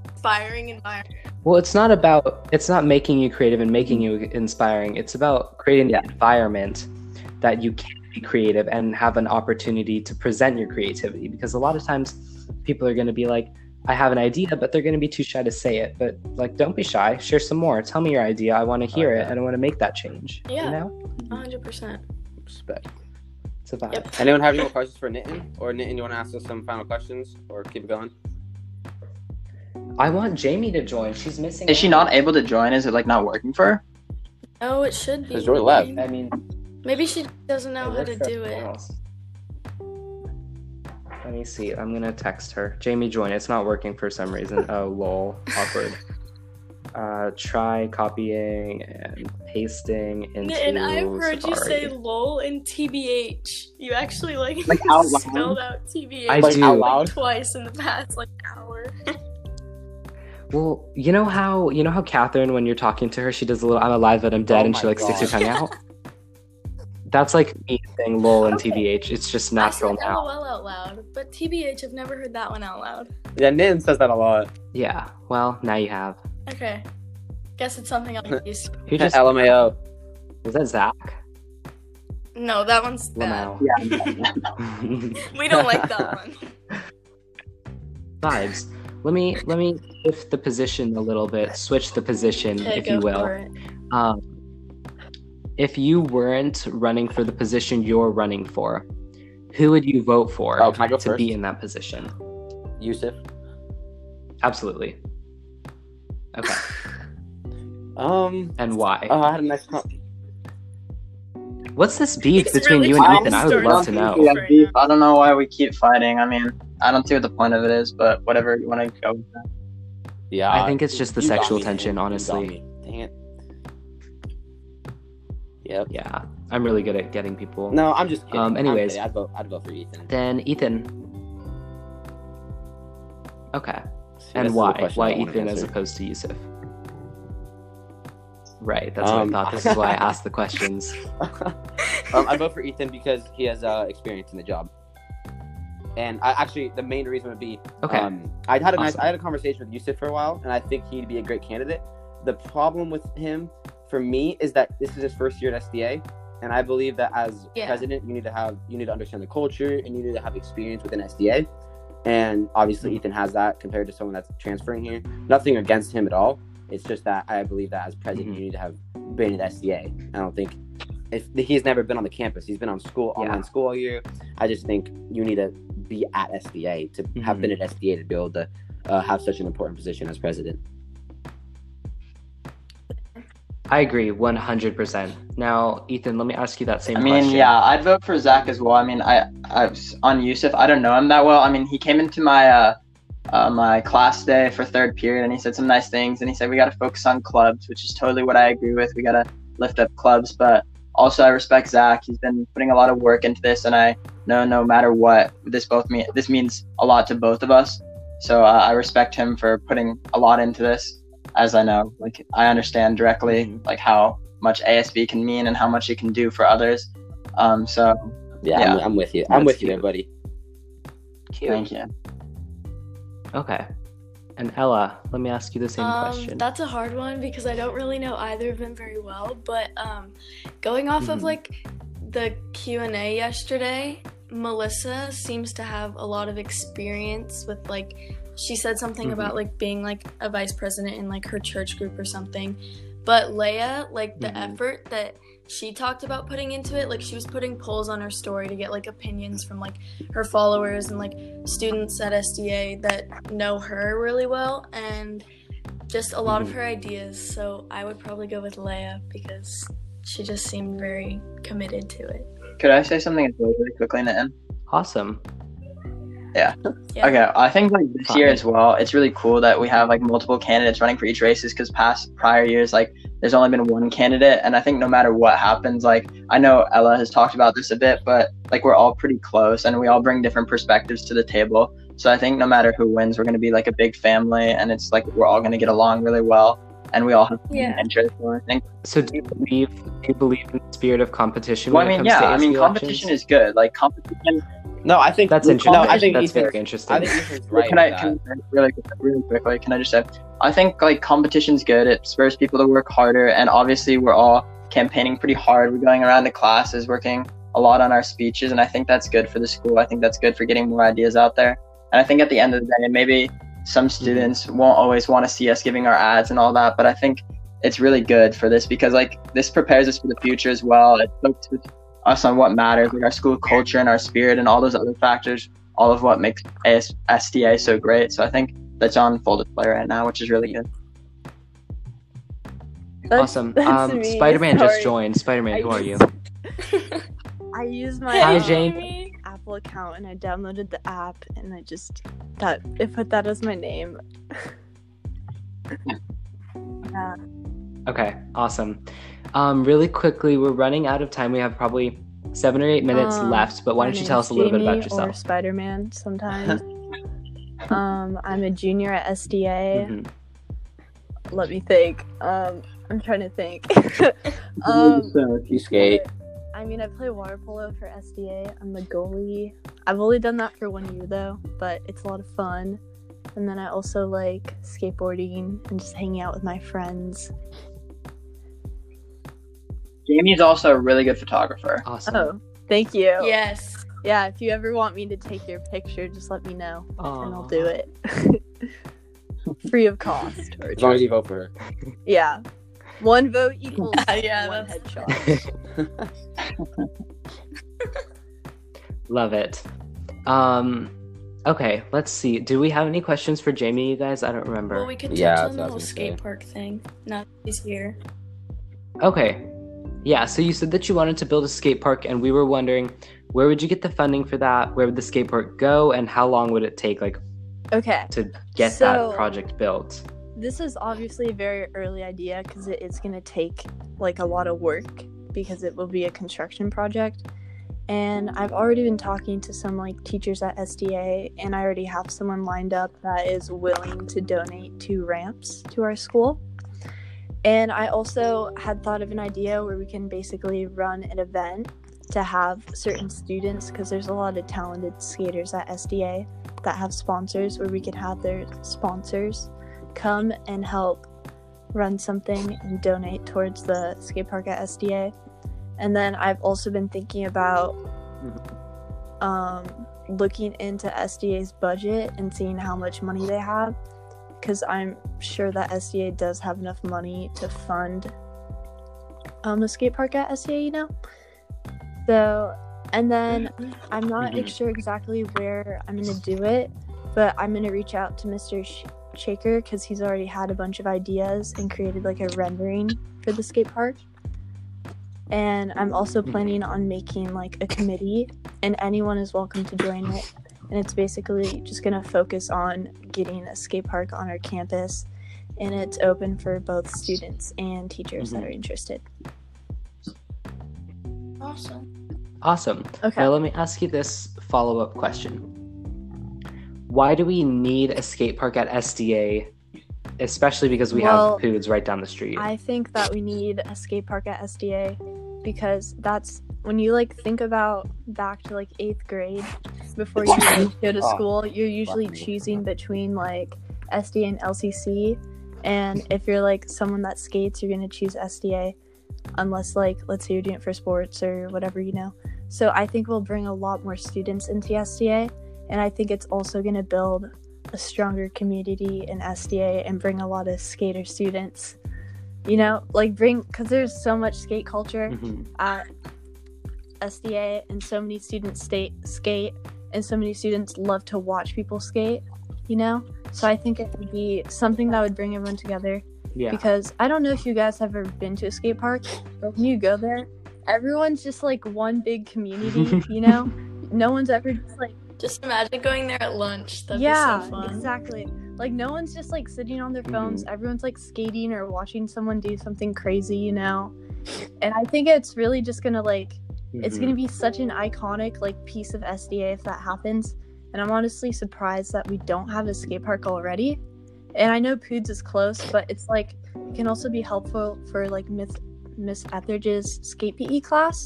Inspiring environment. Well, it's not about it's not making you creative and making you inspiring. It's about creating an environment that you can be creative and have an opportunity to present your creativity because a lot of times people are going to be like I have an idea, but they're going to be too shy to say it. But like don't be shy, share some more. Tell me your idea. I want to hear like it that. and I want to make that change. Yeah. You know? 100%. Respect. It's about Yep. Anyone have any more questions for Nitin? Or Nitin, you want to ask us some final questions, or keep it going? I want Jamie to join. She's missing Is she out. not able to join? Is it like not working for her? Oh, it should be. Because Joy left. I mean, Maybe she doesn't it know how works to for do everyone it. else. Let me see. I'm gonna text her. Jamie, join. It's not working for some reason. Oh, lol. Awkward. Uh, try copying and pasting into And I've heard you say Safari. lol and TBH. You actually like, Like out loud? spelled out TBH I like, do. out loud? twice in the past like hour. Well, you know how you know how Catherine, when you're talking to her, she does a little "I'm alive but I'm dead" Oh and my she like sticks her God. tongue out. That's like me saying "lol" and Okay. "tbh." It's just I natural said now. LOL out loud, but TBH, I've never heard that one out loud. Yeah, Nitin says that a lot. Yeah. Well, now you have. Okay. Guess it's something I'll use. Who just LMAO. was that? Zach. No, that one's bad. Lamau. Yeah. We don't like that one. vibes. Let me let me shift the position a little bit, switch the position, Okay, if go you for will. it. Um, if you weren't running for the position you're running for, who would you vote for Oh, can I go to first? be in that position? Yusuf. Absolutely. Okay. Um, and why? oh, I had a nice. con- What's this beef It's between really you and cool. Ethan? I would Sorry. love to know. Yeah, beef. I don't know why we keep fighting. I mean, I don't see what the point of it is, but whatever you want to go. with that. Yeah, I think it's just the you got sexual me, tension, man. You got honestly. me. Dang it. Yep. Yeah, I'm really good at getting people. No, I'm just kidding. Um, I'm anyways. kidding. I'd vote. I'd vote for Ethan. Then Ethan. Okay. See, this and is a why? question I Why don't wanna Ethan as answer. opposed to Yusuf? Right, that's Um, what I thought. This is why I asked the questions. um, I vote for Ethan because he has uh, experience in the job. And I actually, the main reason would be Okay. um, I had a nice, Awesome. I had a conversation with Yusuf for a while, and I think he'd be a great candidate. The problem with him, for me, is that this is his first year at SDA, and I believe that as Yeah. president, you need to have, you need to understand the culture, and you need to have experience within SDA. And obviously, Mm-hmm. Ethan has that compared to someone that's transferring here. Nothing against him at all. It's just that I believe that as president, Mhm. you need to have been at SDA. I don't think if he's never been on the campus, he's been on school Yeah. online school all year. I just think you need to be at SDA to have Mm-hmm. been at SDA to be able to uh, have such an important position as president. I agree 100%. Now, Ethan, let me ask you that same I mean, question. yeah, I'd vote for Zach as well. I mean, I, I was on Yusuf. I don't know him that well. I mean, he came into my uh, uh, my class day for third period, and he said some nice things. And he said we got to focus on clubs, which is totally what I agree with. We got to lift up clubs, but also I respect Zach. He's been putting a lot of work into this, and I know no matter what, this both me this means a lot to both of us. So uh, I respect him for putting a lot into this, as I know, like I understand directly, Mm-hmm. like how much ASB can mean and how much it can do for others. Um, so Yeah, I'm, I'm with you. I'm That's with you cute. there, buddy. thank you. Okay. And Ella, let me ask you the same um, question. That's a hard one because I don't really know either of them very well. But um, going off Mhm. of like the Q and A yesterday, Melissa seems to have a lot of experience with like she said something Mhm. about like being like a vice president in like her church group or something. But Leia, like the Mhm. effort that she talked about putting into it, like she was putting polls on her story to get like opinions from like her followers and like students at SDA that know her really well and just a lot Mhm. of Mm-hmm. her ideas. So I would probably go with Leia because she just seemed very committed to it. Could I say something really, really quickly, Nathan? awesome. Yeah. Okay, I think like this Fine. year as well, it's really cool that we have like multiple candidates running for each races because past prior years, like there's only been one candidate, and I think no matter what happens, like I know Ella has talked about this a bit, but like we're all pretty close and we all bring different perspectives to the table. So I think no matter who wins, we're gonna be like a big family, and it's like we're all gonna get along really well, and we all have Yeah. an interest. So I think So do you believe do you believe in the spirit of competition Well, I when it mean, comes yeah, to I mean, ASU competition elections? is good. Like competition. No, I think That's no, interesting. I think that's Ethan's- very interesting. I think Ethan's right. can with I that. can, I- really, really quickly? Can I just say, I think like competition's good. It spurs people to work harder, and obviously we're all campaigning pretty hard. We're going around to classes, working a lot on our speeches, and I think that's good for the school. I think that's good for getting more ideas out there. And I think at the end of the day, maybe some students won't always want to see us giving our ads and all that, but I think it's really good for this because like this prepares us for the future as well. It focuses us on what matters, like our school culture and our spirit and all those other factors, all of what makes AS- SDA so great. So I think that's on full display right now, which is really good. That's- awesome. that's um, me, Spider Man just sorry. joined. Spider Man, I who are you? just- I used my Hi, um, Jane. Apple account and I downloaded the app and I just that it put that as my name. yeah. Okay, awesome. Um, really quickly, we're running out of time. We have probably seven or eight minutes Um, left, but why My don't you name's tell us a little bit Jamie about Or yourself? Spider Man sometimes. um, I'm a junior at SDA. Mhm. Mm-hmm. Let me think. Um, I'm trying to think. um, You skate. I mean, I play water polo for SDA. I'm the goalie. I've only done that for one year though, but it's a lot of fun. And then I also like skateboarding and just hanging out with my friends. Jamie's also a really good photographer. Awesome. Oh, thank you. Yes. Yeah, if you ever want me to take your picture, just let me know and I'll do Aw. it. Free of cost. Or As long as you vote for her. yeah. One vote equals yeah, one that's- headshot. Love it. Um, Okay, let's see. Do we have any questions for Jamie, you guys? I don't remember. Well, we could touch Yeah, on that's the what I whole was gonna skate say. park thing. Not this year. Okay. Yeah, so you said that you wanted to build a skate park, and we were wondering where would you get the funding for that? Where would the skate park go, and how long would it take, like, Okay. to get So- that project built? This is obviously a very early idea because it is going to take like a lot of work because it will be a construction project. And I've already been talking to some like teachers at SDA, and I already have someone lined up that is willing to donate two ramps to our school. And I also had thought of an idea where we can basically run an event to have certain students, because there's a lot of talented skaters at SDA that have sponsors, where we could have their sponsors come and help run something and donate towards the skate park at SDA. And then I've also been thinking about um, looking into SDA's budget and seeing how much money they have, because I'm sure that SDA does have enough money to fund um, the skate park at SDA, you know? So, and then I'm not Mhm. sure exactly where I'm going to do it, but I'm going to reach out to Mr. Sh- Shaker because he's already had a bunch of ideas and created like a rendering for the skate park. And I'm also planning on making like a committee, and anyone is welcome to join it. And it's basically just gonna focus on getting a skate park on our campus, and it's open for both students and teachers Mm-hmm. that are interested. Awesome. Awesome. Okay. Now, let me ask you this follow up question Why do we need a skate park at SDA, especially because we Well, have Poods right down the street? I think that we need a skate park at SDA because that's when you like think about back to like eighth grade before you like, go to Oh, school, you're usually fuck me. choosing between like SDA and LCC. And if you're like someone that skates, you're going to choose SDA unless like let's say you're doing it for sports or whatever, you know. So I think we'll bring a lot more students into SDA and I think it's also going to build a stronger community in SDA and bring a lot of skater students you know like bring because there's so much skate culture Mhm. at sda and so many students state skate and so many students love to watch people skate you know so i think it would be something that would bring everyone together Yeah. because i don't know if you guys have ever been to a skate park but when you go there everyone's just like one big community you know no one's ever just like Just imagine going there at lunch. That'd yeah be so fun. exactly like no one's just like sitting on their phones everyone's like skating or watching someone do something crazy you know and i think it's really just gonna like it's Mhm. gonna be such an iconic like piece of sda if that happens and i'm honestly surprised that we don't have a skate park already and i know poods is close but it's like it can also be helpful for like miss miss etheridge's skate pe class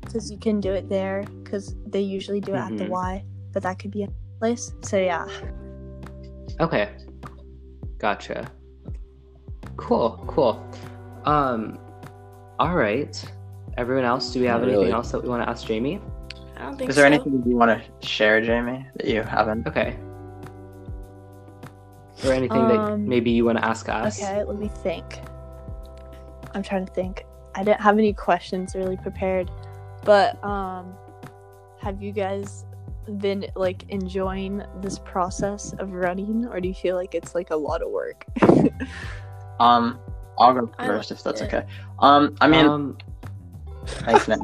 because you can do it there because they usually do it at the Mhm. y but that could be a place so yeah Okay. Gotcha. Cool, cool. Um all right. Everyone else, do we have Not anything really. else that we want to ask Jamie? I don't think Is there so. anything you want to share, Jamie, that you haven't? Okay. Or anything that Um, maybe you want to ask us? Okay, let me think. I'm trying to think. I didn't have any questions really prepared, but um, have you guys been like enjoying this process of running, or do you feel like it's like a lot of work? Um, I'll go I first if that's it. okay. Um, I mean, um, thanks, Nick.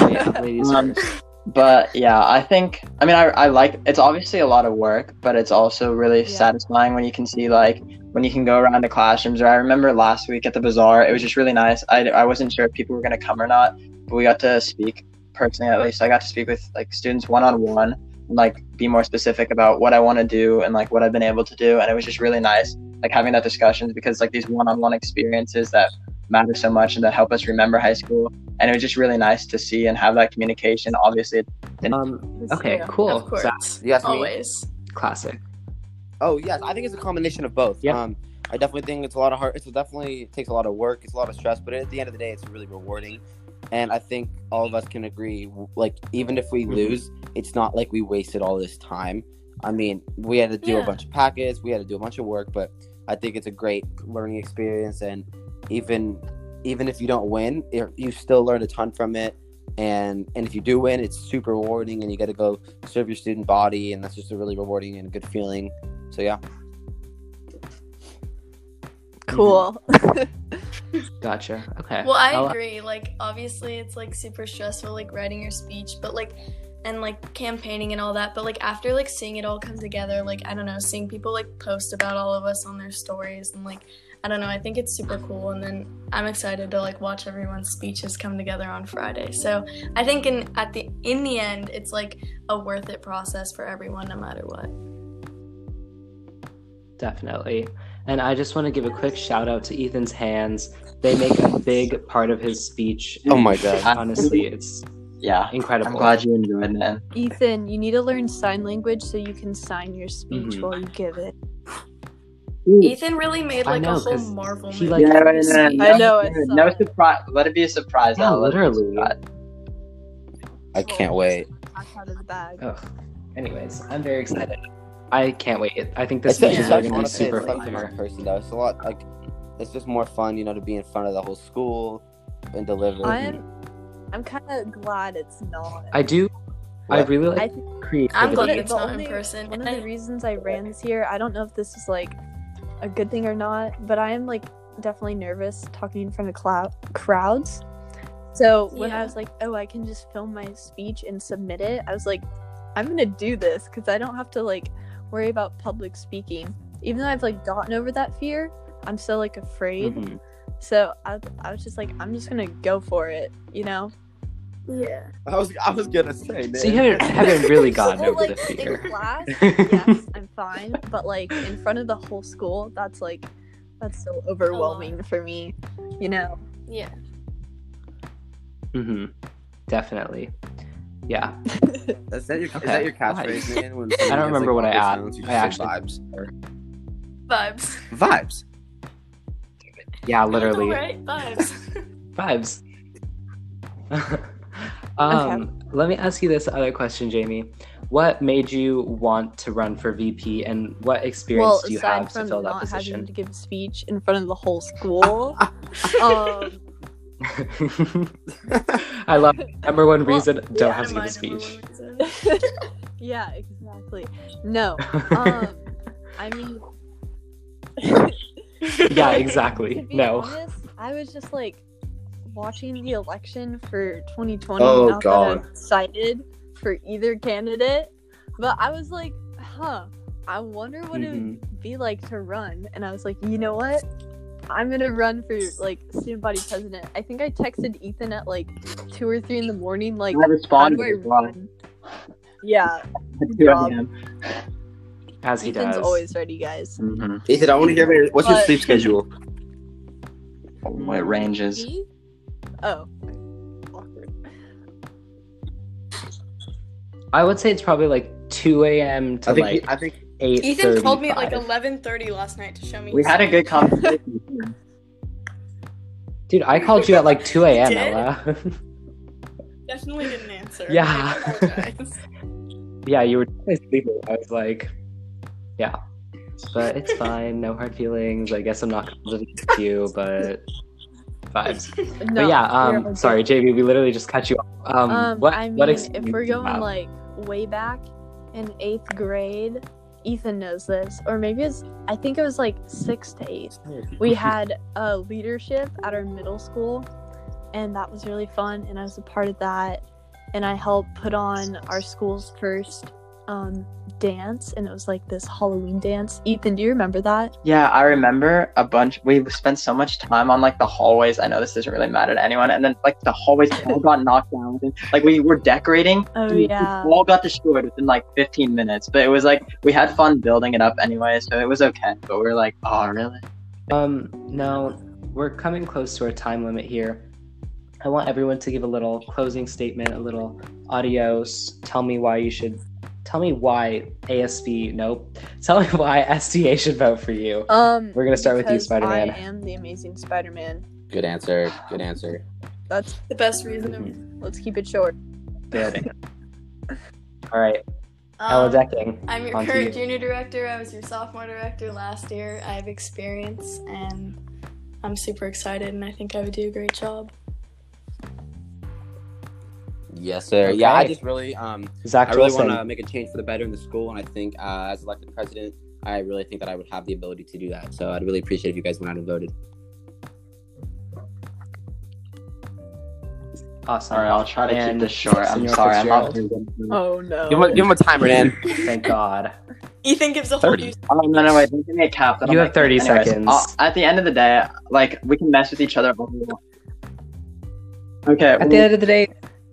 la- ladies Um, first. but yeah, I think I mean I, I like it's obviously a lot of work, but it's also really Yeah. satisfying when you can see like when you can go around the classrooms. Or I remember last week at the bazaar, it was just really nice. I, I wasn't sure if people were gonna come or not, but we got to speak personally at least. I got to speak with like students one on one and like be more specific about what I want to do and like what I've been able to do, and it was just really nice like having that discussions because like these one on one experiences that matter so much and that help us remember high school and it was just really nice to see and have that communication. Obviously, Um, okay, cool. Of course. Zach, Yes, Oh, me. Always. classic. Oh yes, I think it's a combination of both. Yeah. Um, I definitely think it's a lot of hard. It's definitely it takes a lot of work. It's a lot of stress, but at the end of the day, it's really rewarding. And I think all of us can agree, w- like even if we Mhm. lose, it's not like we wasted all this time. I mean, we had to do a Yeah. bunch of packets, we had to do a bunch of work, but I think it's a great learning experience. And even even if you don't win, it- you still learned a ton from it. and and if you do win, it's super rewarding, and you got to go serve your student body, and that's just a really rewarding and good feeling. So yeah, Cool. Mm-hmm. Gotcha. Okay. Well, I I'll- agree. Like, obviously, it's like super stressful, like writing your speech, but like, and like campaigning and all that. But like, after like seeing it all come together, like, I don't know, seeing people like post about all of us on their stories and like, I don't know, I think it's super cool. And then I'm excited to like watch everyone's speeches come together on Friday. So I think in at the in the end, it's like a worth it process for everyone, no matter what. Definitely. And I just want to give a quick shout out to Ethan's hands. They make a big part of his speech. Oh my God. Honestly, it's Yeah. incredible. I'm glad you enjoyed it, man. Ethan, you need to learn sign language so you can sign your speech Mhm. while you give it. Ethan really made I like know, a whole 'cause Marvel he, movie. like- out of his Yeah, speech. I know it. No surprise. Let it be a surprise. Yeah, I'll let it be a literally. surprise. I can't wait. That's out of the bag. Ugh. Anyways, I'm very excited. I can't wait. I think the It's, it's, speeches are such- going to be honestly, super it's such a fire. fun person though. It's a lot like it's just more fun, you know, to be in front of the whole school and deliver. I'm I'm kind of glad it's not. I do. I What? really like I think creativity. Mm-hmm. I'm glad The it's not only- in person. one and of the I- reasons I ran this year, I don't know if this is like a good thing or not, but I am like definitely nervous talking in front of clou- crowds. So when I Yeah. was like, oh, I can just film my speech and submit it, I was like, I'm gonna do this because I don't have to like worry about public speaking. Even though I've like gotten over that fear, I'm still like afraid. Mhm. So I, I was just like, I'm just gonna go for it, you know? Yeah. I was I was gonna say. So you haven't, haven't really gotten Well, over like the in fear. class, yes, I'm fine, but like in front of the whole school, that's like that's so overwhelming for me, you know. Yeah. hmm Definitely. Yeah. Is that your, is Okay. that your catchphrase, man? When I don't remember what I add- asked. I actually- vibes. Vibes. Vibes. Yeah, literally. right? Vibes. Vibes. um, Let me ask you this other question, Jamie. What made you want to run for VP, and what experience well, do you aside have to from fill that not having to position? give a speech in front of the whole school, um, I love number one Well, reason don't yeah, have to give My a number speech. one reason. yeah, exactly. No, um, I mean, yeah, to exactly. be No. honest, I was just like watching the election for 2020. Oh, not that I'm God. excited for either candidate, but I was like, huh, I wonder what it Mm-hmm. would be like to run. And I was like, you know what? I'm gonna run for like student body president. I think I texted Ethan at like two or three in the morning, like, I how do I responded as well. run? Yeah, Good job. As he Ethan's does. always ready, guys. Mm-hmm. Mhm. Ethan, I want to hear about your, what's your But- sleep schedule. What ranges? Oh, awkward. I would say it's probably like 2 a.m. to I think like I think 8 Ethan called me at like 11:30 last night to show me. We had a good conversation. Dude, I called you at like 2 a.m. Did? Ella. Definitely didn't answer. Yeah. I apologize. yeah, you were definitely sleeping. I was like, yeah. But it's fine. No hard feelings. I guess I'm not confident with you, but vibes. No, but yeah, we're um, okay. sorry, JB, we literally just cut you off. Um, Um, what, I mean, what if experience we're do you going have? like way back in eighth grade, Ethan knows this, or maybe it's I think it was like sixth to eighth. We had a leadership at our middle school, and that was really fun. And I was a part of that, and I helped put on our school's first um, dance, and it was like this Halloween dance. Ethan, do you remember that? Yeah, I remember a bunch. We spent so much time on like the hallways. I know this doesn't really matter to anyone. And then like the hallways all got knocked down. Like we were decorating. Oh, and yeah. It all got destroyed within like 15 minutes. But it was like we had fun building it up anyway, so it was okay. But we were like, oh really? Um, now we're coming close to our time limit here. I want everyone to give a little closing statement, a little adios. Tell me why you should. Tell me why ASB. Nope. Tell me why SDA should vote for you. Um, We're gonna start with you, because Spider-Man. I am the Amazing Spider-Man. Good answer. Good answer. That's The best reason. Of, let's keep it short. Good. All right, Ella um, Decking. I'm your Onto you. current junior director. I was your sophomore director last year. I have experience, and I'm super excited. And I think I would do a great job. Yes, sir. Yeah, I Okay. just really um Zach I really Wilson. want to make a change for the better in the school, and I think uh, as elected president, I really think that I would have the ability to do that. So I'd really appreciate if you guys went out and voted. Awesome. All right, I'll try to And keep this short. I'm Senor sorry. I'm not Fitzgerald. Oh no. Give him a, give him a timer, Dan. Thank God. Ethan gives a whole 30. new Oh no, no, wait. There's gonna be a cap. that You I'm have not- 30 Anyways, seconds. I'll- at the end of the day, like we can mess with each other. all we want. Okay. At the end of the day,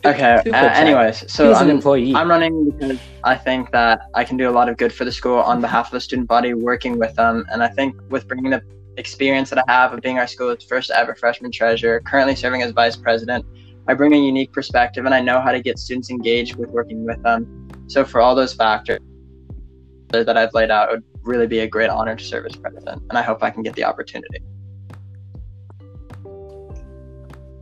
okay. Two uh, folks, anyways, so he's an I'm, employee. I'm running because I think that I can do a lot of good for the school on behalf of the student body, working with them, and I think with bringing the experience that I have of being our school's first ever freshman treasurer, currently serving as vice president, I bring a unique perspective, and I know how to get students engaged with working with them. So for all those factors that I've laid out, it would really be a great honor to serve as president, and I hope I can get the opportunity.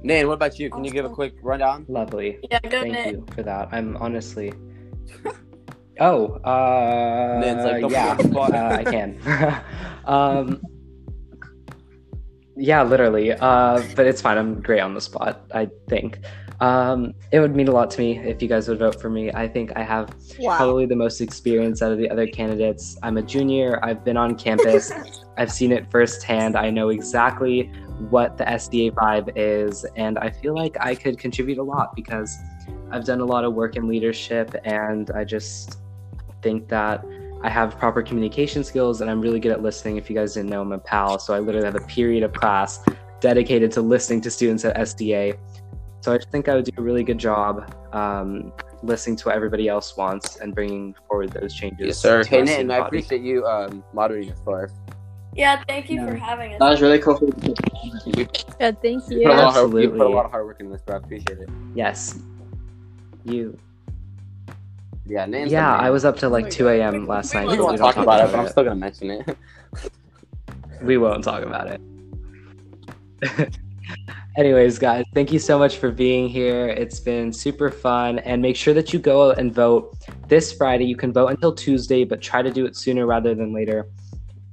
Nan, what about you? Can you give a quick rundown? Lovely. Yeah, go Thank Nick. you for that. I'm honestly. Oh, uh, Nan's like, "Don't put me yeah, on the spot." uh, I can. um, yeah, literally. Uh, but it's fine. I'm great on the spot. I think um, it would mean a lot to me if you guys would vote for me. I think I have probably the most experience out of the other candidates. I'm a junior. I've been on campus. I've seen it firsthand. I know exactly what the SDA vibe is, and I feel like I could contribute a lot because I've done a lot of work in leadership, and I just think that I have proper communication skills, and I'm really good at listening. If you guys didn't know, I'm a PAL, so I literally have a period of class dedicated to listening to students at SDA. So I just think I would do a really good job um, listening to what everybody else wants and bringing forward those changes. to Hey, our Nan, student I body. appreciate you um, moderating us for us. Yeah, thank you for Yeah. having us. That was really cool. For- You put Yeah, thank a you. lot of hard- You put a Absolutely. lot of hard work in this, bro. I appreciate it. Yes. You. Yeah, Nan's Yeah, amazing. I was up to my like 2 God. a.m. last We night. won't so We won't don't talk about it, but I'm still gonna mention it. We won't talk about it. Anyways, guys, thank you so much for being here. It's been super fun. And make sure that you go out and vote this Friday. You can vote until Tuesday, but try to do it sooner rather than later.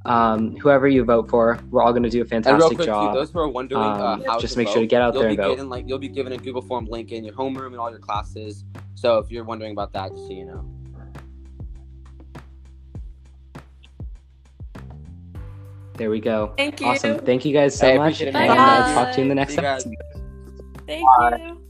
Um, whoever you vote for, we're all going to do a And real fantastic quick, job. too, those who are wondering Um, uh, how just to make sure to vote, get out you'll there be and vote. Given, like you'll be given a Google form link in your homeroom and all your classes. So if you're wondering about that, just so you know. there we go. Thank you. Awesome. Thank you guys so Hey, much. appreciate And it, man. I'll talk to you in Bye. the next See you guys. episode. Thank you.